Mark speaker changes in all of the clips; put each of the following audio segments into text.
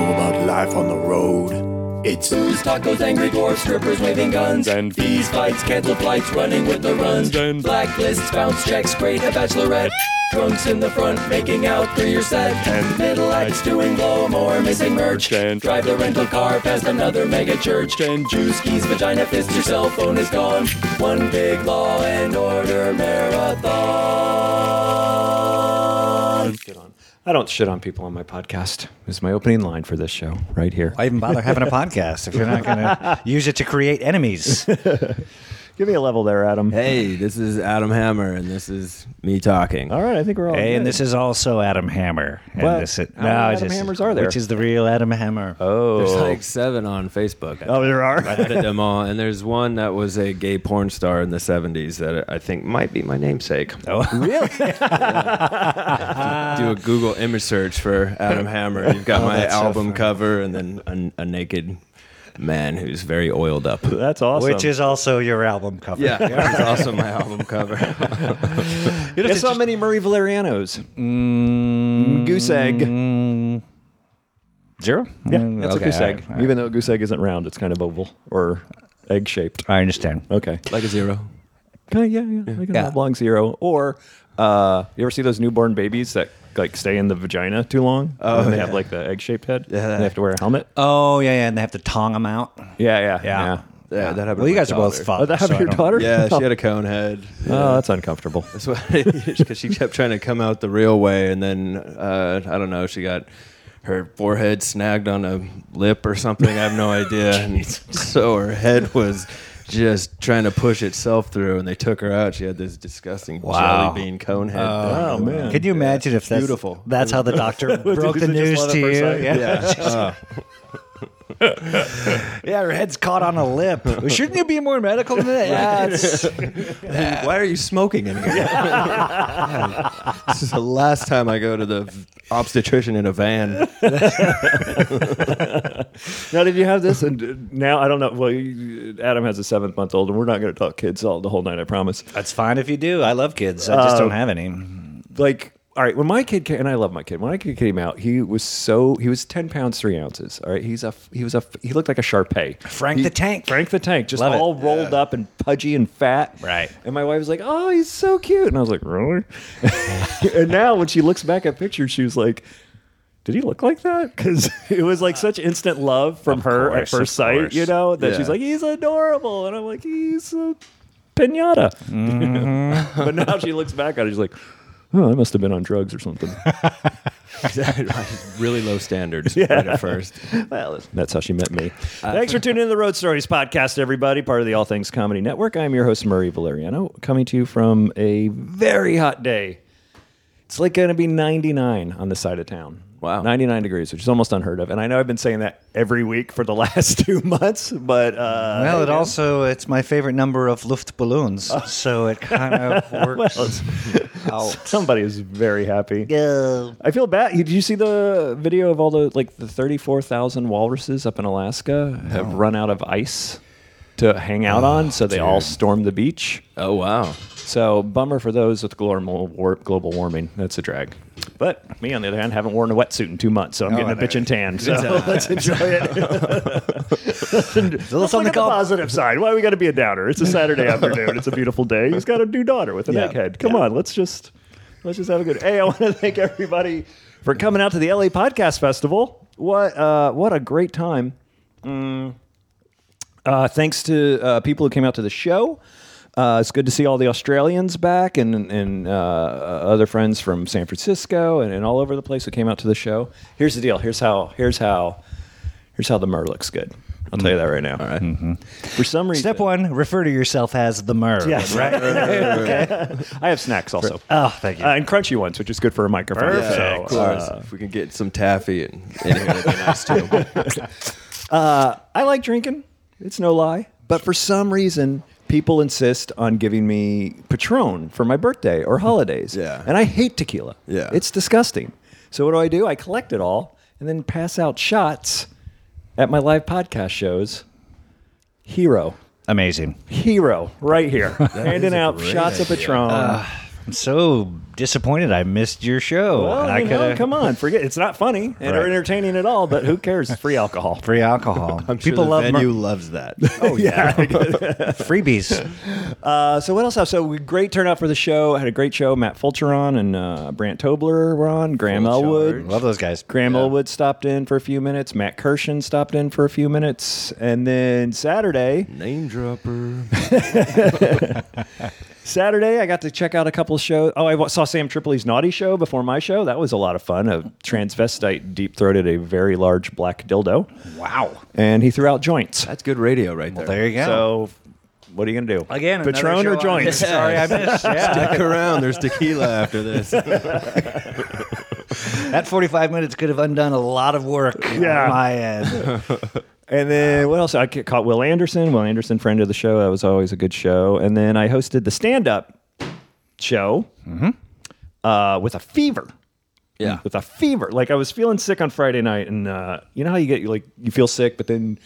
Speaker 1: life on the road. It's
Speaker 2: Booze, tacos, angry dwarfs, strippers waving guns,
Speaker 3: And-
Speaker 2: bees, fights, cancel flights, running with the runs,
Speaker 3: And-
Speaker 2: blacklists, bounce checks, great a bachelorette. Drunks in the front, making out through your set.
Speaker 3: And-
Speaker 2: middle acts doing blow more, missing merch.
Speaker 3: And-
Speaker 2: drive the rental car past another mega church.
Speaker 3: And-
Speaker 2: juice keys, vagina fist, your cell phone is gone. One big law and order marathon.
Speaker 4: Get on. I don't shit on people on my podcast. Is my opening line for this show right here.
Speaker 5: Why even bother having a podcast if you're not going to use it to create enemies?
Speaker 4: Give me a level there, Adam.
Speaker 6: Hey, this is Adam Hammer, and this is me talking.
Speaker 4: All right, I think we're all.
Speaker 5: Hey, and
Speaker 4: Oh, good.
Speaker 5: this is also Adam Hammer. And
Speaker 4: What?
Speaker 5: this
Speaker 4: How many Adam
Speaker 5: it's just-
Speaker 4: Hammers are there?
Speaker 5: Which is the real Adam Hammer.
Speaker 4: Oh,
Speaker 6: There's like seven on Facebook. I
Speaker 4: oh, there
Speaker 6: I
Speaker 4: are.
Speaker 6: added them all, and there's one that was a gay porn star in the '70s that I think might be my namesake.
Speaker 5: Oh.
Speaker 6: really? Do a Google image search for Adam Hammer. You've got my
Speaker 5: Oh, that's so
Speaker 6: album
Speaker 5: funny.
Speaker 6: cover, and then a, a naked man who's very oiled up.
Speaker 4: That's awesome.
Speaker 5: Which is also your album cover.
Speaker 6: Yeah, that was also my album cover.
Speaker 4: Guess how many Murray Valerianos? goose egg.
Speaker 5: Zero?
Speaker 4: Yeah,
Speaker 5: Mm,
Speaker 4: that's a
Speaker 5: okay,
Speaker 4: goose
Speaker 5: all
Speaker 4: egg.
Speaker 5: right, all right.
Speaker 4: Even though a goose egg isn't round, it's kind of oval or egg shaped.
Speaker 5: I understand.
Speaker 4: Okay.
Speaker 6: like a zero.
Speaker 4: Kind of, yeah, yeah. Like an
Speaker 5: Yeah.
Speaker 4: oblong zero. Or uh, you ever see those newborn babies that like stay in the vagina too long? Oh, and they have like the egg shaped head. Yeah. They have to wear a helmet.
Speaker 5: Oh, yeah, yeah. And they have to tongue them out.
Speaker 4: yeah, yeah,
Speaker 5: Yeah.
Speaker 4: yeah.
Speaker 6: Yeah, that happened.
Speaker 5: Well,
Speaker 6: to
Speaker 5: you
Speaker 6: my
Speaker 5: guys are both
Speaker 6: daughter.
Speaker 5: fucked.
Speaker 4: Oh, that
Speaker 5: so
Speaker 4: happened
Speaker 5: I
Speaker 4: to your
Speaker 5: don't-
Speaker 4: daughter?
Speaker 6: Yeah, she had a cone head.
Speaker 4: Oh, that's uncomfortable.
Speaker 6: That's what because she kept trying to come out the real way, and then uh, I don't know. She got her forehead snagged on a lip or something. I have no idea. And so her head was just trying to push itself through, and they took her out. She had this disgusting
Speaker 5: Wow.
Speaker 6: jelly bean cone head.
Speaker 4: Oh,
Speaker 6: thing.
Speaker 4: man.
Speaker 5: Can you imagine if that's
Speaker 6: Beautiful.
Speaker 5: That's how the doctor broke the
Speaker 4: Did they just
Speaker 5: news
Speaker 4: love at
Speaker 5: to you.
Speaker 4: first
Speaker 5: Yeah.
Speaker 4: sight?
Speaker 5: Yeah. her head's caught on a lip. Shouldn't you be more medical than that? Yeah, it's-
Speaker 6: Why are you smoking in here? this is the last time I go to the obstetrician in a van.
Speaker 4: Now, did you have this? And uh, now I don't know. Well, you, Adam has a seventh month old, and we're not going to talk kids all the whole night. I promise.
Speaker 5: That's fine if you do. I love kids. I just
Speaker 4: Uh,
Speaker 5: don't have any.
Speaker 4: Like, all right, when my kid came, and I love my kid. When my kid came out, he was so he was ten pounds three ounces. All right, he's a he was a he looked like a Sharpei.
Speaker 5: Frank
Speaker 4: He-
Speaker 5: the Tank.
Speaker 4: Frank the Tank, just
Speaker 5: Love it.
Speaker 4: all rolled up and pudgy and fat.
Speaker 5: Right.
Speaker 4: And my wife was like, "Oh, he's so cute," and I was like, "Really?" and now when she looks back at pictures, she was like. Did he look like that? Because it was like such instant love from her
Speaker 5: course,
Speaker 4: at
Speaker 5: of
Speaker 4: first sight, you
Speaker 5: course.
Speaker 4: know, that
Speaker 6: Yeah.
Speaker 4: she's like, he's adorable. And I'm like, he's a pinata.
Speaker 5: Mm-hmm.
Speaker 4: but now she looks back at it, she's like, oh, I must have been on drugs or something.
Speaker 6: really low standards right at first.
Speaker 4: well, that's how she met me. Thanks for tuning in to the Road Stories podcast, everybody, part of the All Things Comedy Network. I'm your host, Murray Valeriano, coming to you from a very hot day. It's like going to be 99 on the side of town.
Speaker 6: Wow.
Speaker 4: 99 degrees, which is almost unheard of. And I know I've been saying that every week for the last two months, but. Uh,
Speaker 5: Well,
Speaker 4: hey,
Speaker 5: it
Speaker 4: man.
Speaker 5: also it's my favorite number of Luft balloons, so it kind of works out.
Speaker 4: Somebody is very happy. I feel bad. Did you see the video of all the like the thirty-four thousand walruses up in Alaska have run out of ice to hang out on, so they all stormed the beach.
Speaker 6: Oh wow.
Speaker 4: So bummer for those with global war- global warming. That's a drag. But me, on the other hand, haven't worn a wetsuit in two months, so I'm getting a
Speaker 5: there.
Speaker 4: bitch and tan. So Oh, let's enjoy it. let's look
Speaker 5: something
Speaker 4: at the
Speaker 5: called-
Speaker 4: positive side. Why we got to be a downer? It's a Saturday afternoon. It's a beautiful day. He's got a new daughter with an
Speaker 6: Yeah.
Speaker 4: egghead. Come on, let's just let's just have a good. Hey, I want to thank everybody for coming out to the LA Podcast Festival. What uh, what a great time! Mm. Uh, thanks to uh, people who came out to the show. Uh, it's good to see all the Australians back and and uh, other friends from San Francisco and, and all over the place who came out to the show. Here's the deal. Here's how. Here's how. Here's how the myrrh looks good. I'll tell you that right now. Mm-hmm. All For some reason,
Speaker 5: Step one: refer to yourself as the Mer.
Speaker 4: Yes.
Speaker 5: right.
Speaker 4: I have snacks also.
Speaker 5: Oh, thank you.
Speaker 4: Uh, and crunchy ones, which is good for a microphone.
Speaker 5: Perfect.
Speaker 4: So, uh,
Speaker 5: Yeah,
Speaker 6: Of course. if we can get some taffy and in here, that'd be nice too.
Speaker 4: I like drinking. It's no lie. But for some reason, people insist on giving me Patron for my birthday or holidays.
Speaker 6: Yeah.
Speaker 4: And I hate tequila.
Speaker 6: Yeah.
Speaker 4: It's disgusting. So what do I do? I collect it all and then pass out shots at my live podcast shows. Hero.
Speaker 5: Amazing. Ah,
Speaker 4: Hero right here. handing out shots of Patron.
Speaker 5: I'm so disappointed. I missed your show.
Speaker 4: Well,
Speaker 5: and I
Speaker 4: you know,
Speaker 5: coulda-
Speaker 4: come on, forget it's not funny and
Speaker 5: Right.
Speaker 4: entertaining at all. But who cares? It's Free alcohol.
Speaker 5: Free alcohol.
Speaker 6: I'm sure
Speaker 5: People
Speaker 6: the
Speaker 5: love
Speaker 6: venue
Speaker 5: mer-
Speaker 6: loves that.
Speaker 5: oh yeah, freebies.
Speaker 4: Uh, so what else? Have? So we, great turnout for the show. Had a great show. Matt Fulcher on and uh, Brant Tobler were on. Graham
Speaker 6: Full
Speaker 4: Elwood.
Speaker 6: charge.
Speaker 5: Love those guys.
Speaker 4: Graham Elwood stopped in for a few minutes. Matt Kirshen stopped in for a few minutes, and then Saturday,
Speaker 6: Name dropper.
Speaker 4: Saturday, I got to check out a couple shows. Oh, I w- saw Sam Tripoli's Naughty Show before my show. That was a lot of fun. A transvestite deep throated a very large black dildo,
Speaker 5: Wow.
Speaker 4: and he threw out joints.
Speaker 6: That's good radio right there.
Speaker 5: There you go.
Speaker 4: So, what are you gonna do
Speaker 5: Again, another
Speaker 4: Patron
Speaker 5: show
Speaker 4: or
Speaker 5: I
Speaker 4: joints?
Speaker 5: missed. Sorry, I missed. Yeah.
Speaker 6: Stick around. There's tequila after this.
Speaker 5: that 45 minutes could have undone a lot of work
Speaker 4: Yeah.
Speaker 5: on my end.
Speaker 4: And then what else? I ca- caught Will Anderson. Will Anderson, friend of the show. That was always a good show. And then I hosted the stand up show uh, with a fever.
Speaker 6: Mm-hmm. Yeah.
Speaker 4: With a fever. Like I was feeling sick on Friday night. And uh, you know how you get, like, you feel sick, but then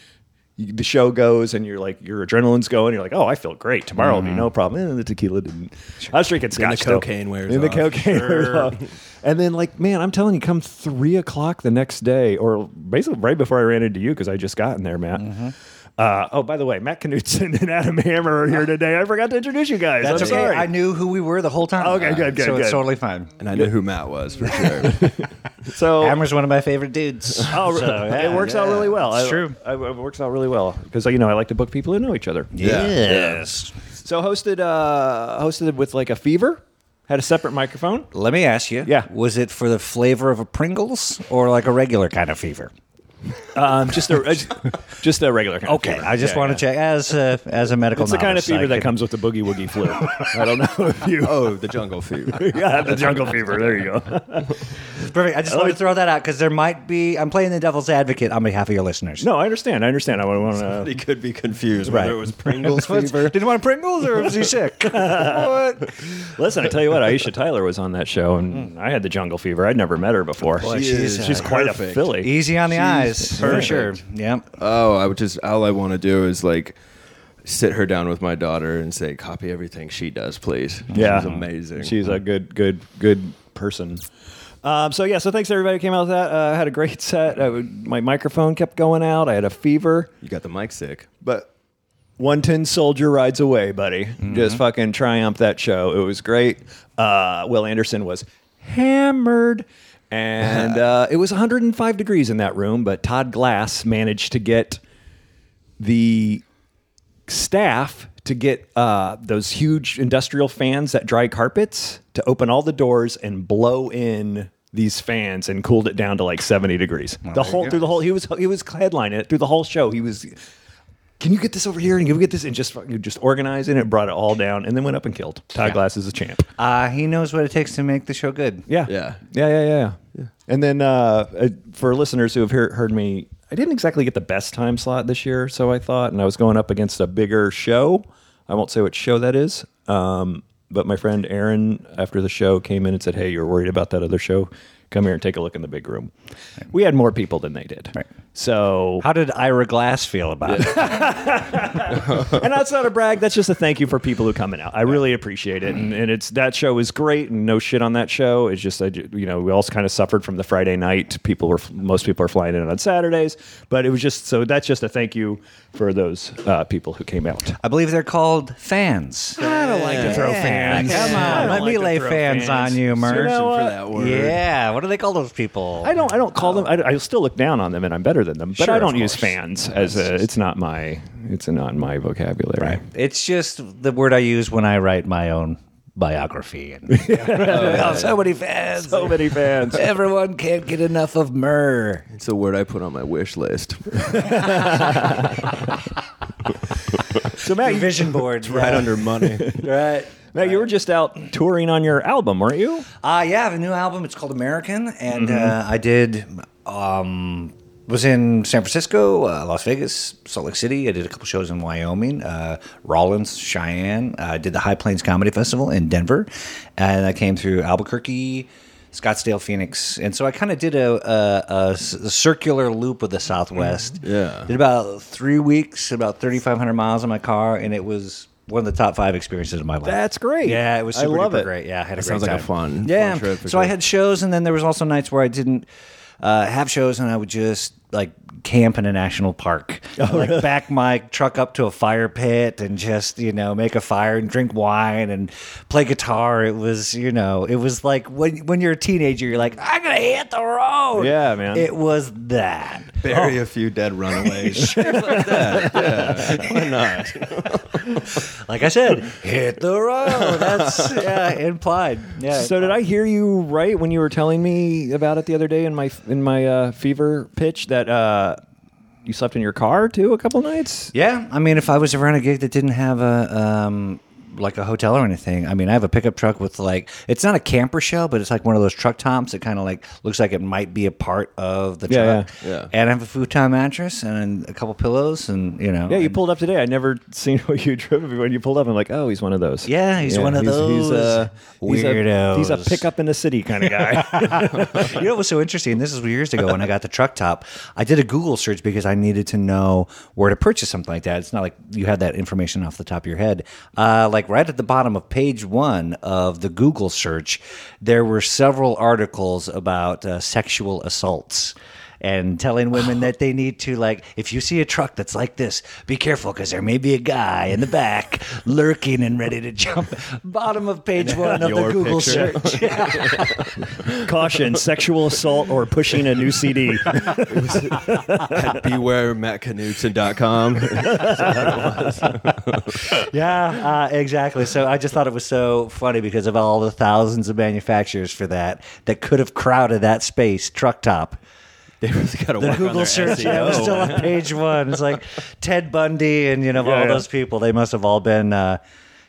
Speaker 4: you, the show goes and you're like, your adrenaline's going. You're like, oh, I feel great. Tomorrow will be no problem. And then the tequila didn't. I was drinking
Speaker 6: Mm-hmm. Then
Speaker 4: scotch.
Speaker 6: the
Speaker 4: though.
Speaker 6: cocaine wears
Speaker 4: Then the
Speaker 6: off.
Speaker 4: cocaine wears off. And then, like, man, I'm telling you, come three o'clock the next day, or basically right before I ran into you because I just got in there, Matt.
Speaker 5: Mm-hmm.
Speaker 4: Uh, oh, by the way, Matt Knutson and Adam Hammer are here today. I forgot to introduce you guys.
Speaker 5: That's
Speaker 4: I'm
Speaker 5: okay.
Speaker 4: sorry.
Speaker 5: I knew who we were the whole time.
Speaker 4: Okay, good, good,
Speaker 5: So
Speaker 4: good.
Speaker 5: it's totally fine.
Speaker 6: And I knew who Matt was for sure.
Speaker 4: so
Speaker 5: Hammer's one of my favorite dudes.
Speaker 4: Oh, re-
Speaker 5: So, yeah,
Speaker 4: it works out
Speaker 5: yeah.
Speaker 4: really well.
Speaker 5: It's
Speaker 4: I-
Speaker 5: true.
Speaker 4: I- it works out really well because you know I like to book people who know each other.
Speaker 6: Yeah.
Speaker 5: Yes.
Speaker 4: So hosted, uh, hosted with like a fever. Had a separate microphone.
Speaker 5: Let me ask you.
Speaker 4: Yeah.
Speaker 5: Was it for the flavor of a Pringles or like a regular kind of fever?
Speaker 4: Um, just a just a regular. Kind
Speaker 5: Okay,
Speaker 4: of fever.
Speaker 5: I just
Speaker 4: Yeah,
Speaker 5: want
Speaker 4: yeah.
Speaker 5: to check as a, as a medical.
Speaker 4: It's the kind of
Speaker 5: novice, I
Speaker 4: fever that
Speaker 5: could-
Speaker 4: comes with the boogie woogie flu. I don't know if you.
Speaker 6: oh, the jungle fever.
Speaker 4: yeah, the jungle fever. There you go.
Speaker 5: Perfect. I just want to throw that out because there might be. I'm playing the devil's advocate on behalf of your listeners.
Speaker 4: No, I understand. I understand. I uh, want to.
Speaker 6: He could be confused whether
Speaker 5: Right.
Speaker 6: it was Pringles
Speaker 5: What's-
Speaker 6: fever.
Speaker 5: Did you want Pringles or was he sick? what?
Speaker 4: Listen, I tell you what, Aisha Tyler was on that show, and I had the jungle fever. I'd never met her before.
Speaker 5: Boy, She she's, is, uh,
Speaker 4: Mm. she's quite a
Speaker 6: perfect.
Speaker 4: filly.
Speaker 5: Easy on the eyes, for
Speaker 6: perfect.
Speaker 5: sure. Yeah.
Speaker 6: Oh, I would just all I want to do is like sit her down with my daughter and say, copy everything she does, please.
Speaker 4: Yeah,
Speaker 6: She's amazing.
Speaker 4: She's a good, good, good person. Um, so yeah, so thanks to everybody who came out with that. Uh, I had a great set. I would, my microphone kept going out. I had a fever.
Speaker 6: you got the mic sick, but
Speaker 4: One Tin Soldier Rides Away, buddy.
Speaker 5: Mm-hmm.
Speaker 4: Just fucking triumph that show. It was great. Uh, Will Anderson was hammered. And uh, it was 105 degrees in that room, but Todd Glass managed to get the staff to get uh, those huge industrial fans that dry carpets to open all the doors and blow in these fans and cooled it down to like 70 degrees. the
Speaker 5: you
Speaker 4: whole
Speaker 5: go.
Speaker 4: through the whole he was he was headlining it through the whole show. He was can you get this over here and can you get this and just fucking- just organizing it, brought it all down, and then went up and killed. Todd Glass is a champ.
Speaker 5: Uh, he knows what it takes to make the show good.
Speaker 4: Yeah.
Speaker 6: Yeah.
Speaker 4: Yeah. Yeah. Yeah. yeah. And then uh, uh, for listeners who have hear, heard me, I didn't exactly get the best time slot this year, so I thought, and I was going up against a bigger show. I won't say what show that is, um, but my friend Aaron, after the show, came in and said, "Hey, you're worried about that other show? Come here and take a look in the big room." We had more people than they did,
Speaker 5: Right.
Speaker 4: so
Speaker 5: How did Ira Glass feel about it?
Speaker 4: and that's not a brag. That's just a thank you for people who coming out. I really appreciate it, and, and it's that show is great, and no shit on that show. It's just I, ju- you know, we all kind of suffered from the Friday night. People were most people are flying in on Saturdays, but it was just so that's just a thank you for those uh, people who came out.
Speaker 5: I believe they're called fans.
Speaker 4: I don't like to throw fans.
Speaker 5: Come on, let me lay fans, on you, Mer.
Speaker 4: know what?
Speaker 6: for that word.
Speaker 5: Yeah, what do they call those people?
Speaker 4: I don't. I don't call them. I, I still look down on them, and I'm better than them. But
Speaker 5: Oh. Sure,
Speaker 4: I
Speaker 5: of
Speaker 4: don't use
Speaker 5: course.
Speaker 4: fans as a. It's not my. It's not in my vocabulary.
Speaker 5: Right. It's just the word I use when I write my own biography. And Oh, so many fans.
Speaker 4: So many fans.
Speaker 5: Everyone can't get enough of Myrrh.
Speaker 6: it's a word I put on my wish list.
Speaker 4: So Matt, you,
Speaker 5: Vision boards,
Speaker 6: right under money.
Speaker 5: Right.
Speaker 4: Matt, you were just out touring on your album, weren't you?
Speaker 5: Uh, yeah, I have a new album. It's called American, and uh, I did. Um, was in San Francisco, uh, Las Vegas, Salt Lake City. I did a couple shows in Wyoming, uh, Rollins, Cheyenne. Uh, I did the High Plains Comedy Festival in Denver, and I came through Albuquerque, Scottsdale, Phoenix, and so I kind of did a, a, a s- a circular loop of the Southwest.
Speaker 6: Yeah.
Speaker 5: did about three weeks, about thirty five hundred miles in my car, and it was one of the top five experiences of my life.
Speaker 4: That's great.
Speaker 5: Yeah, it was
Speaker 4: I
Speaker 5: super
Speaker 4: love
Speaker 5: duper
Speaker 4: it.
Speaker 5: great. Yeah, I had a
Speaker 6: That
Speaker 5: great
Speaker 6: sounds like a
Speaker 5: time.
Speaker 6: fun-
Speaker 5: yeah.
Speaker 6: fun trip for
Speaker 5: so I
Speaker 6: sure.
Speaker 5: had shows, and then there was also nights where I didn't uh, have shows, and I would just like camp in a national park,
Speaker 6: Oh,
Speaker 5: like back my truck up to a fire pit, and just you know make a fire and drink wine and play guitar. It was you know it was like when when you're a teenager, you're like I'm gonna hit the road.
Speaker 4: Yeah, man.
Speaker 5: It was that.
Speaker 6: Bury a few dead runaways.
Speaker 5: Like I said, hit the road. That's yeah, implied. Yeah.
Speaker 4: So did I hear you right when you were telling me about it the other day in my in my uh, fever pitch that uh, you slept in your car too a couple nights?
Speaker 5: Yeah, I mean, if I was around a gig that didn't have a um, like a hotel or anything, I mean, I have a pickup truck with like it's not a camper shell, but it's like one of those truck tops that kind of like looks like it might be a part of the
Speaker 4: Yeah,
Speaker 5: truck.
Speaker 6: yeah. Yeah.
Speaker 5: And I have a futon mattress and a couple pillows, and you know,
Speaker 4: Yeah, you
Speaker 5: and-
Speaker 4: pulled up today. I never seen what you drove when you pulled up. I'm like, oh, he's one of those.
Speaker 5: Yeah, he's one of
Speaker 4: He's, uh,
Speaker 5: those
Speaker 4: he's a- He's a,
Speaker 5: weirdos.
Speaker 4: pickup in the city kind of guy.
Speaker 5: you know what was so interesting? This is years ago when I got the truck top. I did a Google search because I needed to know where to purchase something like that. It's not like you had that information off the top of your head. Uh, like right at the bottom of page one of the Google search, there were several articles about uh, sexual assaults. And telling women that they need to like, if you see a truck that's like this, be careful because there may be a guy in the back lurking and ready to jump. Bottom of page one of the
Speaker 6: Your
Speaker 5: Google
Speaker 6: picture.
Speaker 5: search. Yeah.
Speaker 4: Caution: sexual assault or pushing a new CD.
Speaker 6: At BewareMattKnudsen.com.
Speaker 5: yeah, uh, exactly. So I just thought it was so funny because of all the thousands of manufacturers for that that could have crowded that space truck top.
Speaker 6: they really got to
Speaker 5: The
Speaker 6: work on
Speaker 5: Google
Speaker 6: their E
Speaker 5: search yeah, was
Speaker 6: SEO.
Speaker 5: still on page one. It's like Ted Bundy and you know all
Speaker 4: yeah.
Speaker 5: those people. They must have all been. Uh,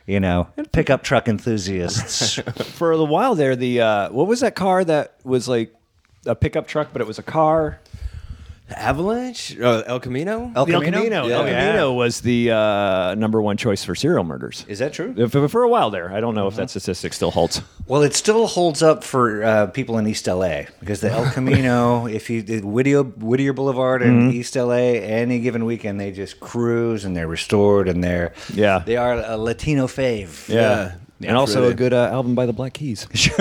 Speaker 5: you know, pickup truck enthusiasts.
Speaker 4: For a while there, the uh, what was that car that was like a pickup truck, but it was a car?
Speaker 6: Avalanche? Oh, El Camino?
Speaker 5: El
Speaker 4: The El
Speaker 5: Camino?
Speaker 4: Camino.
Speaker 6: Yeah.
Speaker 4: El Camino was the uh, number one choice for serial murders.
Speaker 5: Is that true?
Speaker 4: If- if- For a while there, I don't know if that statistic still holds.
Speaker 5: Well, it still holds up for uh, people in East LA because the El Camino, if you did Whittier, Whittier Boulevard in East LA, any given weekend they just cruise and they're restored and they're
Speaker 4: Yeah.
Speaker 5: they are a Latino fave.
Speaker 6: Yeah.
Speaker 4: And also
Speaker 6: Absolutely.
Speaker 4: a good uh, album by the Black Keys,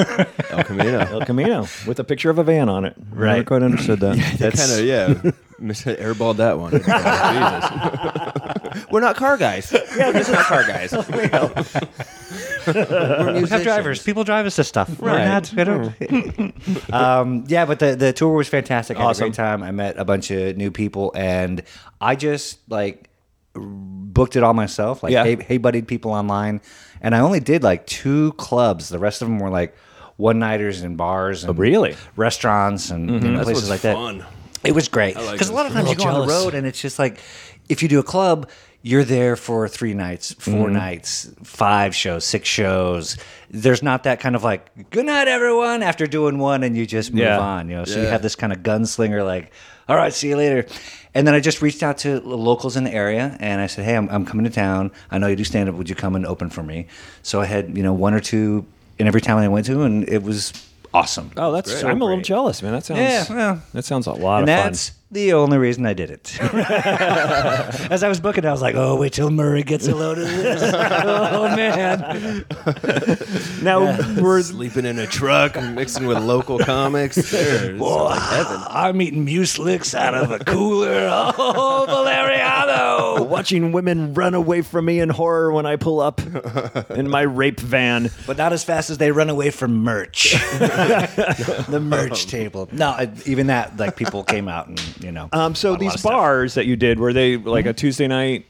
Speaker 6: El Camino.
Speaker 4: El Camino, with a picture of a van on it. Right. Never quite understood that.
Speaker 6: That's kind of, yeah. Mis- Airballed that one. Jesus. We're not car guys. Yeah, this is not car guys.
Speaker 5: We have drivers. People drive us to stuff. We're
Speaker 6: Right.
Speaker 5: not- we don't- um, yeah, but the, the tour was fantastic. I had a
Speaker 4: Awesome.
Speaker 5: great time. I met a bunch of new people, and I just like booked it all myself. Like,
Speaker 4: Yeah.
Speaker 5: hey, hey, buddied people online, and I only did like two clubs. The rest of them were like one nighters in bars.
Speaker 6: Oh,
Speaker 5: And
Speaker 4: really?
Speaker 5: Restaurants and you know, places like that.
Speaker 6: Mm-hmm. fun.
Speaker 5: It was great
Speaker 6: like
Speaker 5: because a
Speaker 6: those
Speaker 5: lot of times you go on the road and it's just like if you do a club, you're there for three nights, 4 nights, five shows, six shows. There's not that kind of like good night everyone after doing one and you just move
Speaker 4: Yeah.
Speaker 5: on. You know, so you
Speaker 6: Yeah.
Speaker 5: have this kind of gunslinger like, all right, see you later. And then I just reached out to the locals in the area and I said, hey, I'm, I'm coming to town. I know you do stand up. Would you come and open for me? So I had you know one or two in every town I went to, and it was awesome.
Speaker 4: Oh, that's.
Speaker 5: So
Speaker 4: I'm a little
Speaker 5: great.
Speaker 4: jealous, man. That sounds.
Speaker 5: Yeah, well.
Speaker 4: that sounds a lot
Speaker 5: And
Speaker 4: of fun.
Speaker 5: that's the only reason I did it. As I was booking, I was like, "Oh, wait till Murray gets a load of this." oh man,
Speaker 4: Now we're
Speaker 6: Sleeping in a truck, mixing with local comics. There, it's like heaven.
Speaker 5: Oh, I'm eating mueslicks out of a cooler. Oh, Valeriano!
Speaker 4: watching women run away from me in horror when I pull up in my rape van.
Speaker 5: But not as fast as they run away from merch. the merch table. No, I- even that, like people came out and you know.
Speaker 4: Um, so
Speaker 5: bought a lot
Speaker 4: these
Speaker 5: of stuff. Mm-hmm.
Speaker 4: bars that you did were they like a Tuesday night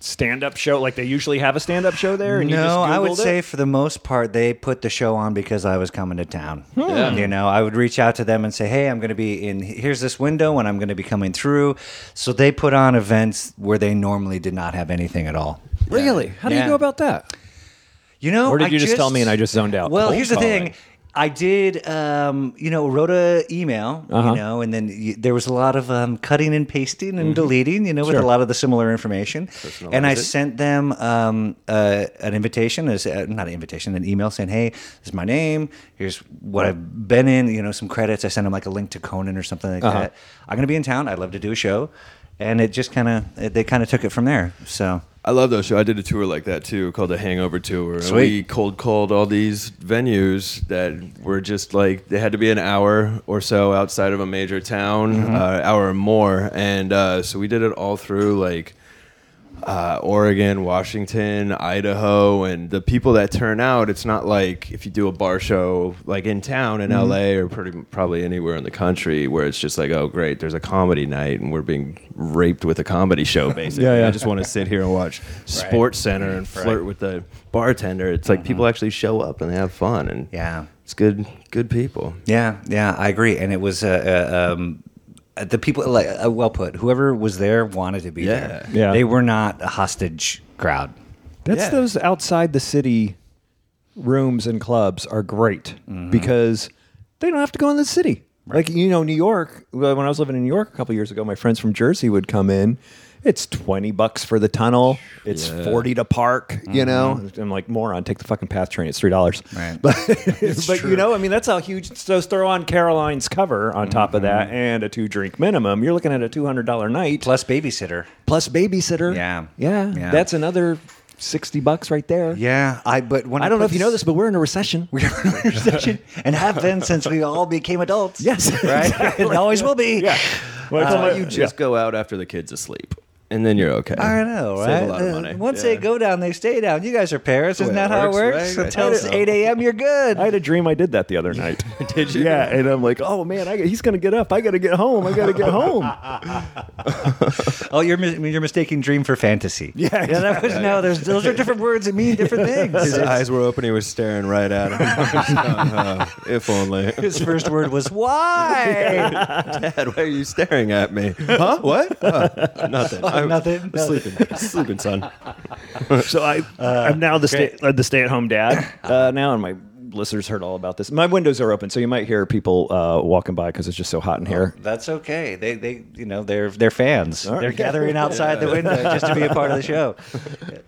Speaker 4: stand-up show? Like they usually have a stand-up show there? And you just
Speaker 5: No, I would
Speaker 4: Googled it?
Speaker 5: say for the most part they put the show on because I was coming to town.
Speaker 4: Hmm.
Speaker 6: Yeah.
Speaker 5: You know, I would reach out to them and say, "Hey, I'm going to be in here's this window and I'm going to be coming through." So they put on events where they normally did not have anything at all.
Speaker 4: Really? How do
Speaker 5: Yeah.
Speaker 4: you go about that?
Speaker 5: You know,
Speaker 4: Or did
Speaker 5: I
Speaker 4: you just tell me and I just zoned out?
Speaker 5: Well,
Speaker 4: Cold
Speaker 5: here's the
Speaker 4: calling.
Speaker 5: thing. I did, um, you know, wrote a email,
Speaker 4: Uh-huh. Mm-hmm.
Speaker 5: you know, and then y there was a lot of um, cutting and pasting and deleting, you know, with
Speaker 4: Sure.
Speaker 5: a lot of the similar information. And I
Speaker 6: it.
Speaker 5: sent them um, uh, an invitation, as uh, not an invitation, an email saying, "Hey, this is my name. Here's what I've been in. You know, some credits." I sent them like a link to Conan or something
Speaker 4: Uh-huh.
Speaker 5: like that. I'm gonna be in town. I'd love to do a show, and it just kind of they kind of took it from there. So
Speaker 6: I love those shows. I did a tour like that too, called the Hangover Tour. And
Speaker 5: Sweet.
Speaker 6: we cold called all these venues that were just like they had to be an hour or so outside of a major town, uh, hour or more, and uh, so we did it all through like uh, Oregon, Washington, Idaho, and the people that turn out, it's not like if you do a bar show like in town in LA or pretty probably anywhere in the country where it's just like, oh great, there's a comedy night and we're being raped with a comedy show basically.
Speaker 4: yeah.
Speaker 6: I just want to sit here and watch Sports Center and flirt with the bartender. It's like people actually show up and they have fun and
Speaker 5: Yeah.
Speaker 6: it's good good people.
Speaker 5: Yeah, yeah, I agree. And it was uh, uh, um, uh, the people, like, uh, well put, whoever was there wanted to be
Speaker 6: Yeah.
Speaker 5: there.
Speaker 4: Yeah.
Speaker 5: They were not a hostage crowd.
Speaker 4: That's
Speaker 6: Yeah.
Speaker 4: those outside the city rooms and clubs are great
Speaker 5: Mm-hmm.
Speaker 4: because they don't have to go in the city. Like you know, New York. When I was living in New York a couple years ago, my friends from Jersey would come in. It's twenty bucks for the tunnel. It's forty to park. You know, I'm like moron. Take the fucking path train. It's three dollars.
Speaker 5: Mm-hmm. Right.
Speaker 4: But, but you know, I mean, that's how huge. So throw on Caroline's cover on top of that and a two drink minimum. You're looking at a two hundred dollar night
Speaker 5: Plus babysitter.
Speaker 4: plus babysitter.
Speaker 5: Yeah.
Speaker 4: yeah,
Speaker 5: Yeah.
Speaker 4: That's another sixty bucks right there.
Speaker 5: Yeah, I. But when
Speaker 4: I don't know if you know this, but we're in a recession.
Speaker 5: we are in a recession and have been since we all became adults.
Speaker 4: Yes,
Speaker 5: right. and always will be. Yeah.
Speaker 4: Uh,
Speaker 6: Why don't you just go out after the kids asleep and then you're okay.
Speaker 5: I know,
Speaker 6: Save
Speaker 5: right?
Speaker 6: a lot of
Speaker 5: Uh,
Speaker 6: money.
Speaker 5: Once
Speaker 6: Yeah.
Speaker 5: they go down, they stay down. You guys are parents, isn't
Speaker 6: Well,
Speaker 5: that how it
Speaker 6: works,
Speaker 5: works?
Speaker 6: right?
Speaker 5: Until
Speaker 6: I
Speaker 5: it's
Speaker 6: think so.
Speaker 5: eight a.m., you're good.
Speaker 4: I had a dream I did that the other night.
Speaker 6: Did you?
Speaker 4: yeah, and I'm like, oh man, I, he's gonna get up. I gotta get home. I gotta get home.
Speaker 5: Oh, you're mis- you're mistaking dream for fantasy. Yeah, that was, no, there's, those are different words that mean different things.
Speaker 6: His eyes were open. He was staring right at him. Uh, if only.
Speaker 5: His first word was why.
Speaker 6: Dad, why are you staring at me? Huh? What? Uh, nothing. I-
Speaker 5: nothing,
Speaker 6: I'm Sleeping. sleeping, son.
Speaker 4: so I, I'm now the stay, uh, the stay at home dad uh, now, and my listeners heard all about this. My windows are open, so you might hear people uh, walking by because it's just so hot in here.
Speaker 5: That's okay. They they you know they're they're fans.
Speaker 4: right.
Speaker 5: They're gathering outside the window just to be a part of the show.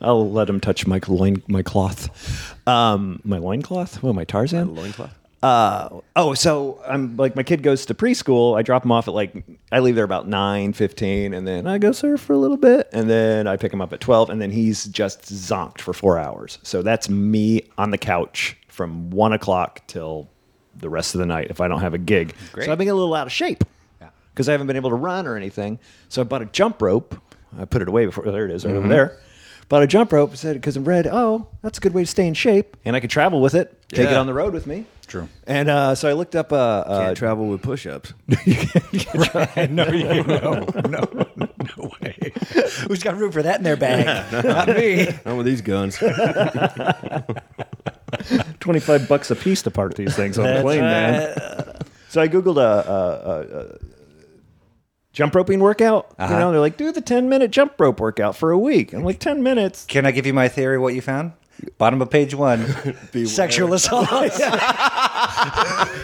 Speaker 4: I'll let him touch my loin, my cloth, um, my loincloth. What, my Tarzan?
Speaker 6: Loincloth?
Speaker 4: Uh, oh, so I'm like my kid goes to preschool. I drop him off at like I leave there about nine fifteen, and then I go surf for a little bit, and then I pick him up at twelve, and then he's just zonked for four hours. So that's me on the couch from one o'clock till the rest of the night if I don't have a gig. So I've been a little out of shape because I haven't been able to run or anything. So I bought a jump rope. I put it away before there it is right over there. Bought a jump rope. Said because I'm red. Oh, that's a good way to stay in shape, and I could travel with it. Take it
Speaker 6: Yeah.
Speaker 4: on the road with me.
Speaker 5: True.
Speaker 4: And uh, so I looked up. Uh,
Speaker 6: Can't
Speaker 4: uh,
Speaker 6: travel with push-ups.
Speaker 5: No, you, no, no, no way. Who's got room for that in their bag? Not me.
Speaker 6: Not with these guns.
Speaker 4: twenty five bucks a piece to park these things on the plane, man. So I googled a, a, a, a jump roping workout. You know, they're like, do the ten minute jump rope workout for a week. I'm like, ten minutes.
Speaker 5: Can I give you my theory? What you found? Bottom of page one. Sexual assaults.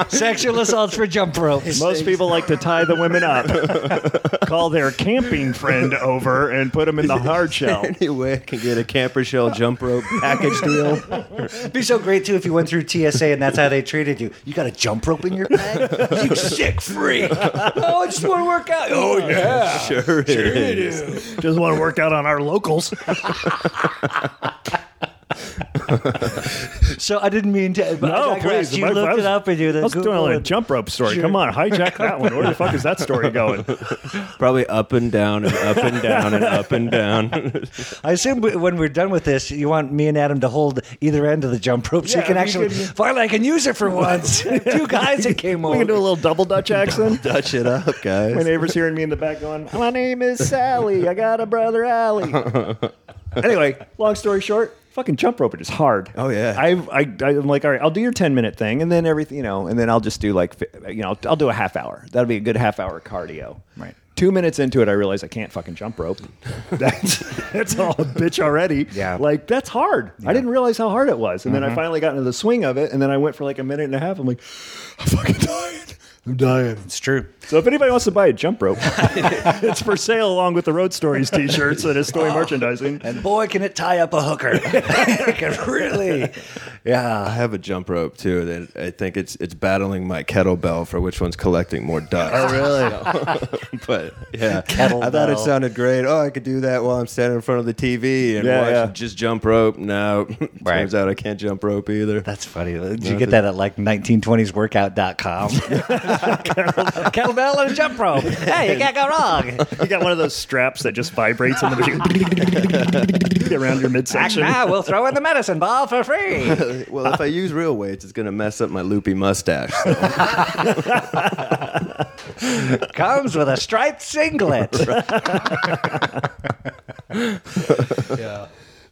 Speaker 5: Sexual assaults for jump ropes.
Speaker 4: Most people like to tie the women up, call their camping friend over, and put them in the hard shell.
Speaker 6: anyway, I can get a camper shell jump rope package deal.
Speaker 5: It'd be so great too if you went through TSA and that's how they treated you. You got a jump rope in your bag? You sick freak. Oh, I just want to work out. Oh yeah.
Speaker 6: Sure, it is.
Speaker 4: Just want to work out on our locals.
Speaker 5: So I didn't mean to. but I
Speaker 4: No,
Speaker 5: digress.
Speaker 4: please.
Speaker 5: You
Speaker 4: My- I
Speaker 5: looked
Speaker 4: was-
Speaker 5: it up and you.
Speaker 4: I was doing a jump rope story. Come on, hijack that one. Where the fuck is that story going?
Speaker 6: Probably up and down and up and down and up and down.
Speaker 5: I assume w- when we're done with this, you want me and Adam to hold either end of the jump rope so
Speaker 4: Yeah,
Speaker 5: you can
Speaker 4: we
Speaker 5: actually.
Speaker 4: could-
Speaker 5: Finally, I can use it for once. Two guys that came over.
Speaker 4: We can do a little double Dutch accent.
Speaker 6: Dutch it up,
Speaker 4: My
Speaker 6: guys.
Speaker 4: neighbor's hearing me in the back going, My name is Sally. I got a brother, Allie. anyway, long story short, fucking jump roping is hard.
Speaker 6: Oh, yeah.
Speaker 4: I, I, I'm like, All right, I'll do your 10 minute thing and then everything, you know, and then I'll just do like, fi- you know, I'll do a half hour. That'll be a good half hour cardio.
Speaker 5: Right.
Speaker 4: Two minutes into it, I realize I can't fucking jump rope. That's, that's all a bitch already.
Speaker 5: Yeah.
Speaker 4: Like, that's hard. I didn't realize how hard it was. And then I finally got into the swing of it. And then I went for like a minute and a half. I'm like, I'm fucking tired.
Speaker 3: I'm dying.
Speaker 5: It's true.
Speaker 4: So if anybody wants to buy a jump rope, it's for sale along with the Road Stories T-shirts and
Speaker 5: Oh.
Speaker 4: Story merchandising.
Speaker 5: And boy, can it tie up a hooker. it can really.
Speaker 6: I
Speaker 5: Yeah.
Speaker 6: have a jump rope too that I think it's it's battling my kettlebell for which one's collecting more dust. Oh really? but yeah, I thought it
Speaker 5: Kettlebell.
Speaker 6: sounded great. Oh, I could do that while I'm standing in front of the TV and
Speaker 4: Yeah,
Speaker 6: watch
Speaker 4: yeah.
Speaker 6: just jump rope. No,
Speaker 5: Right.
Speaker 6: turns out I can't jump rope either.
Speaker 5: That's funny. Did you get that at like 1920sworkout.com? Kettlebell and a jump rope. Hey, you can't go wrong.
Speaker 7: You got one of those straps that just vibrates in the around your
Speaker 5: Act
Speaker 7: midsection.
Speaker 5: now, we'll throw in the medicine ball for free.
Speaker 6: well, if I use real weights, it's gonna mess up my loopy mustache. So
Speaker 5: Comes with a striped singlet.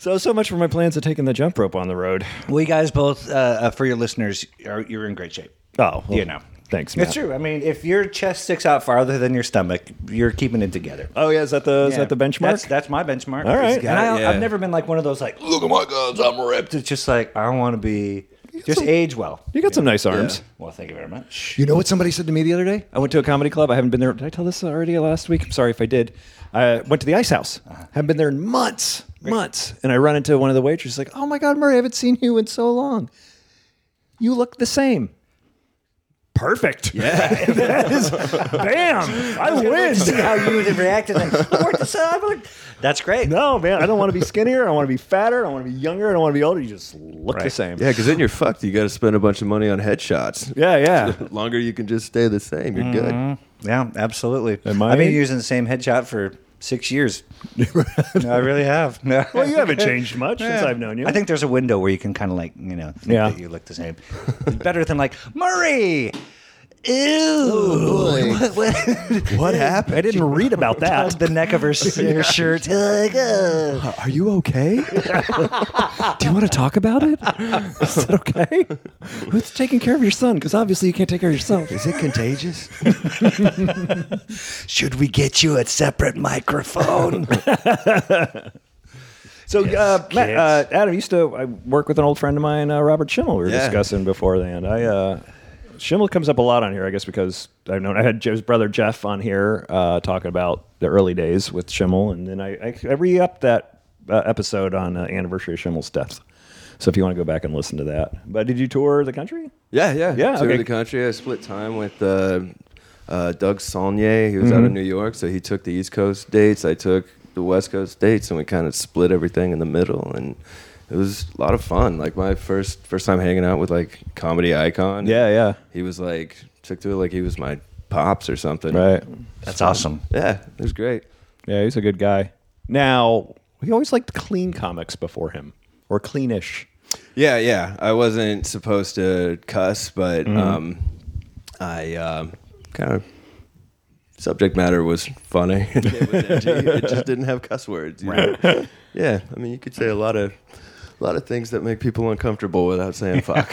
Speaker 4: So so much for my plans of taking the jump rope on the road.
Speaker 5: Well, you guys both, uh, uh, for your listeners, are, you're in great shape.
Speaker 4: Oh,
Speaker 5: you know.
Speaker 4: thanks, Matt.
Speaker 5: It's true. I mean, if your chest sticks out farther than your stomach, you're keeping it together.
Speaker 4: Oh yeah, is that the is
Speaker 5: Yeah.
Speaker 4: that the benchmark?
Speaker 5: That's, that's my benchmark.
Speaker 4: All right.
Speaker 5: And I,
Speaker 6: Yeah.
Speaker 5: I've never been like one of those like, look at my guns, I'm ripped. It's just like I want to be, just age well.
Speaker 4: you got some nice arms.
Speaker 5: Well, thank you very much.
Speaker 3: You know what somebody said to me the other day?
Speaker 4: I went to a comedy club. I haven't been there. Did I tell this already last week? I'm sorry if I did. I went to the Ice House. Haven't been there in months, months. And I run into one of the waitresses, like, "Oh my God, Murray, I haven't seen you in so long. You look the same." Perfect. Yeah. that is, bam. I
Speaker 5: See
Speaker 4: win.
Speaker 5: how you would have reacted. Like, "I worked this out, I worked-" That's great.
Speaker 4: No, man, I don't want to be skinnier. I want to be fatter. I want to be younger. I don't want to be older. You just look the same.
Speaker 6: yeah, because then you're fucked. You got to spend a bunch of money on headshots.
Speaker 4: Yeah, yeah.
Speaker 6: Longer you can just stay the same. You're good.
Speaker 5: Yeah, absolutely.
Speaker 4: Am I-
Speaker 5: I've been using the same headshot for six years. no, I really have. No.
Speaker 7: Well, you haven't changed much since I've known you.
Speaker 5: I think there's a window where you can kind of like, you know, think
Speaker 4: Yeah.
Speaker 5: that you look the same. It's better than like, Murray! Oh, Ew! What- what-
Speaker 4: What happened? I didn't read about that.
Speaker 5: the neck of her, s- her shirt. Like, "Ugh."
Speaker 4: Are you okay? Do you want to talk about it? Is that okay? Who's taking care of your son? Because obviously you can't take care of yourself.
Speaker 3: Is it contagious?
Speaker 5: Should we get you a separate microphone?
Speaker 4: So, uh, Matt, uh, Adam used to I work with an old friend of mine, uh, Robert Schimmel. We were
Speaker 6: Yeah.
Speaker 4: discussing before the end. I uh, Schimmel comes up a lot on here, I guess, because I've known I had Joe's brother Jeff on here uh, talking about the early days with Schimmel, and then I I, I re upped that uh, episode on uh, anniversary of Schimmel's death. So if you want to go back and listen to that, but did you tour the country?
Speaker 6: Yeah, yeah,
Speaker 4: Yeah,
Speaker 6: Tour
Speaker 4: okay.
Speaker 6: the country. I split time with uh, uh, Doug Saunier. He was
Speaker 4: Mm-hmm.
Speaker 6: out of New York, so he took the East Coast dates. I took the West Coast dates, and we kind of split everything in the middle. And it was a lot of fun. Like my first first time hanging out with like comedy icon.
Speaker 4: Yeah, yeah,
Speaker 6: he was like took to it like he was my pops or something.
Speaker 4: right.
Speaker 5: That's awesome.
Speaker 6: Yeah, it was great.
Speaker 4: Yeah, he's a good guy. Now, we always liked clean comics before him, or cleanish.
Speaker 6: Yeah, yeah. I wasn't supposed to cuss, but
Speaker 4: Mm-hmm.
Speaker 6: um, I um, kind of subject matter was funny. it was edgy. It just didn't have cuss words. you know? Yeah, I mean, you could say a lot of a lot of things that make people uncomfortable without saying fuck.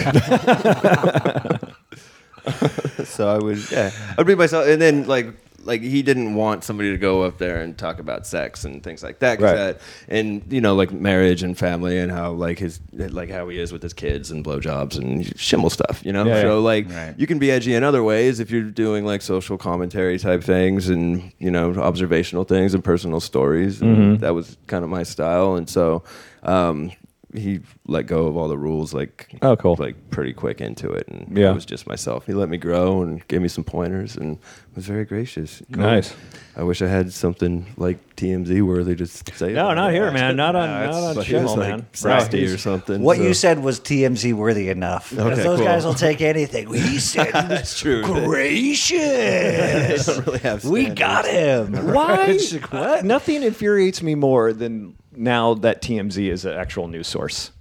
Speaker 6: so I would, yeah, I'd be myself, and then like. Like he didn't want somebody to go up there and talk about sex and things like that, 'cause
Speaker 4: Right.
Speaker 6: that- and you know, like marriage and family and how like his like how he is with his kids and blowjobs and shimmel stuff, you know.
Speaker 4: Yeah,
Speaker 6: so
Speaker 4: yeah.
Speaker 6: like
Speaker 5: Right.
Speaker 6: you can be edgy in other ways if you're doing like social commentary type things and you know observational things and personal stories and
Speaker 4: Mm-hmm.
Speaker 6: that was kind of my style and so um he let go of all the rules like
Speaker 4: Oh, cool.
Speaker 6: like pretty quick into it and
Speaker 4: Yeah.
Speaker 6: i was just myself he let me grow and gave me some pointers and was very gracious
Speaker 4: Nice.
Speaker 6: i wish i had something like tmz worthy to
Speaker 4: No,
Speaker 6: say about
Speaker 4: not
Speaker 6: it.
Speaker 4: here, man. Not on,
Speaker 6: Nah,
Speaker 4: not
Speaker 6: it's-
Speaker 4: on
Speaker 6: but he was,
Speaker 4: Schimmel,
Speaker 6: like,
Speaker 4: man.
Speaker 6: frosty
Speaker 4: No,
Speaker 6: or something
Speaker 5: What you
Speaker 6: so-
Speaker 5: said was TMZ worthy enough. 'Cause
Speaker 6: Okay,
Speaker 5: those
Speaker 6: cool.
Speaker 5: guys will take anything. He said,
Speaker 6: That's true.
Speaker 5: gracious.
Speaker 6: don't really have
Speaker 5: we
Speaker 6: standards.
Speaker 5: got him.
Speaker 4: Why?
Speaker 5: It's like, what?
Speaker 4: Nothing infuriates me more than now that TMZ is an actual news source.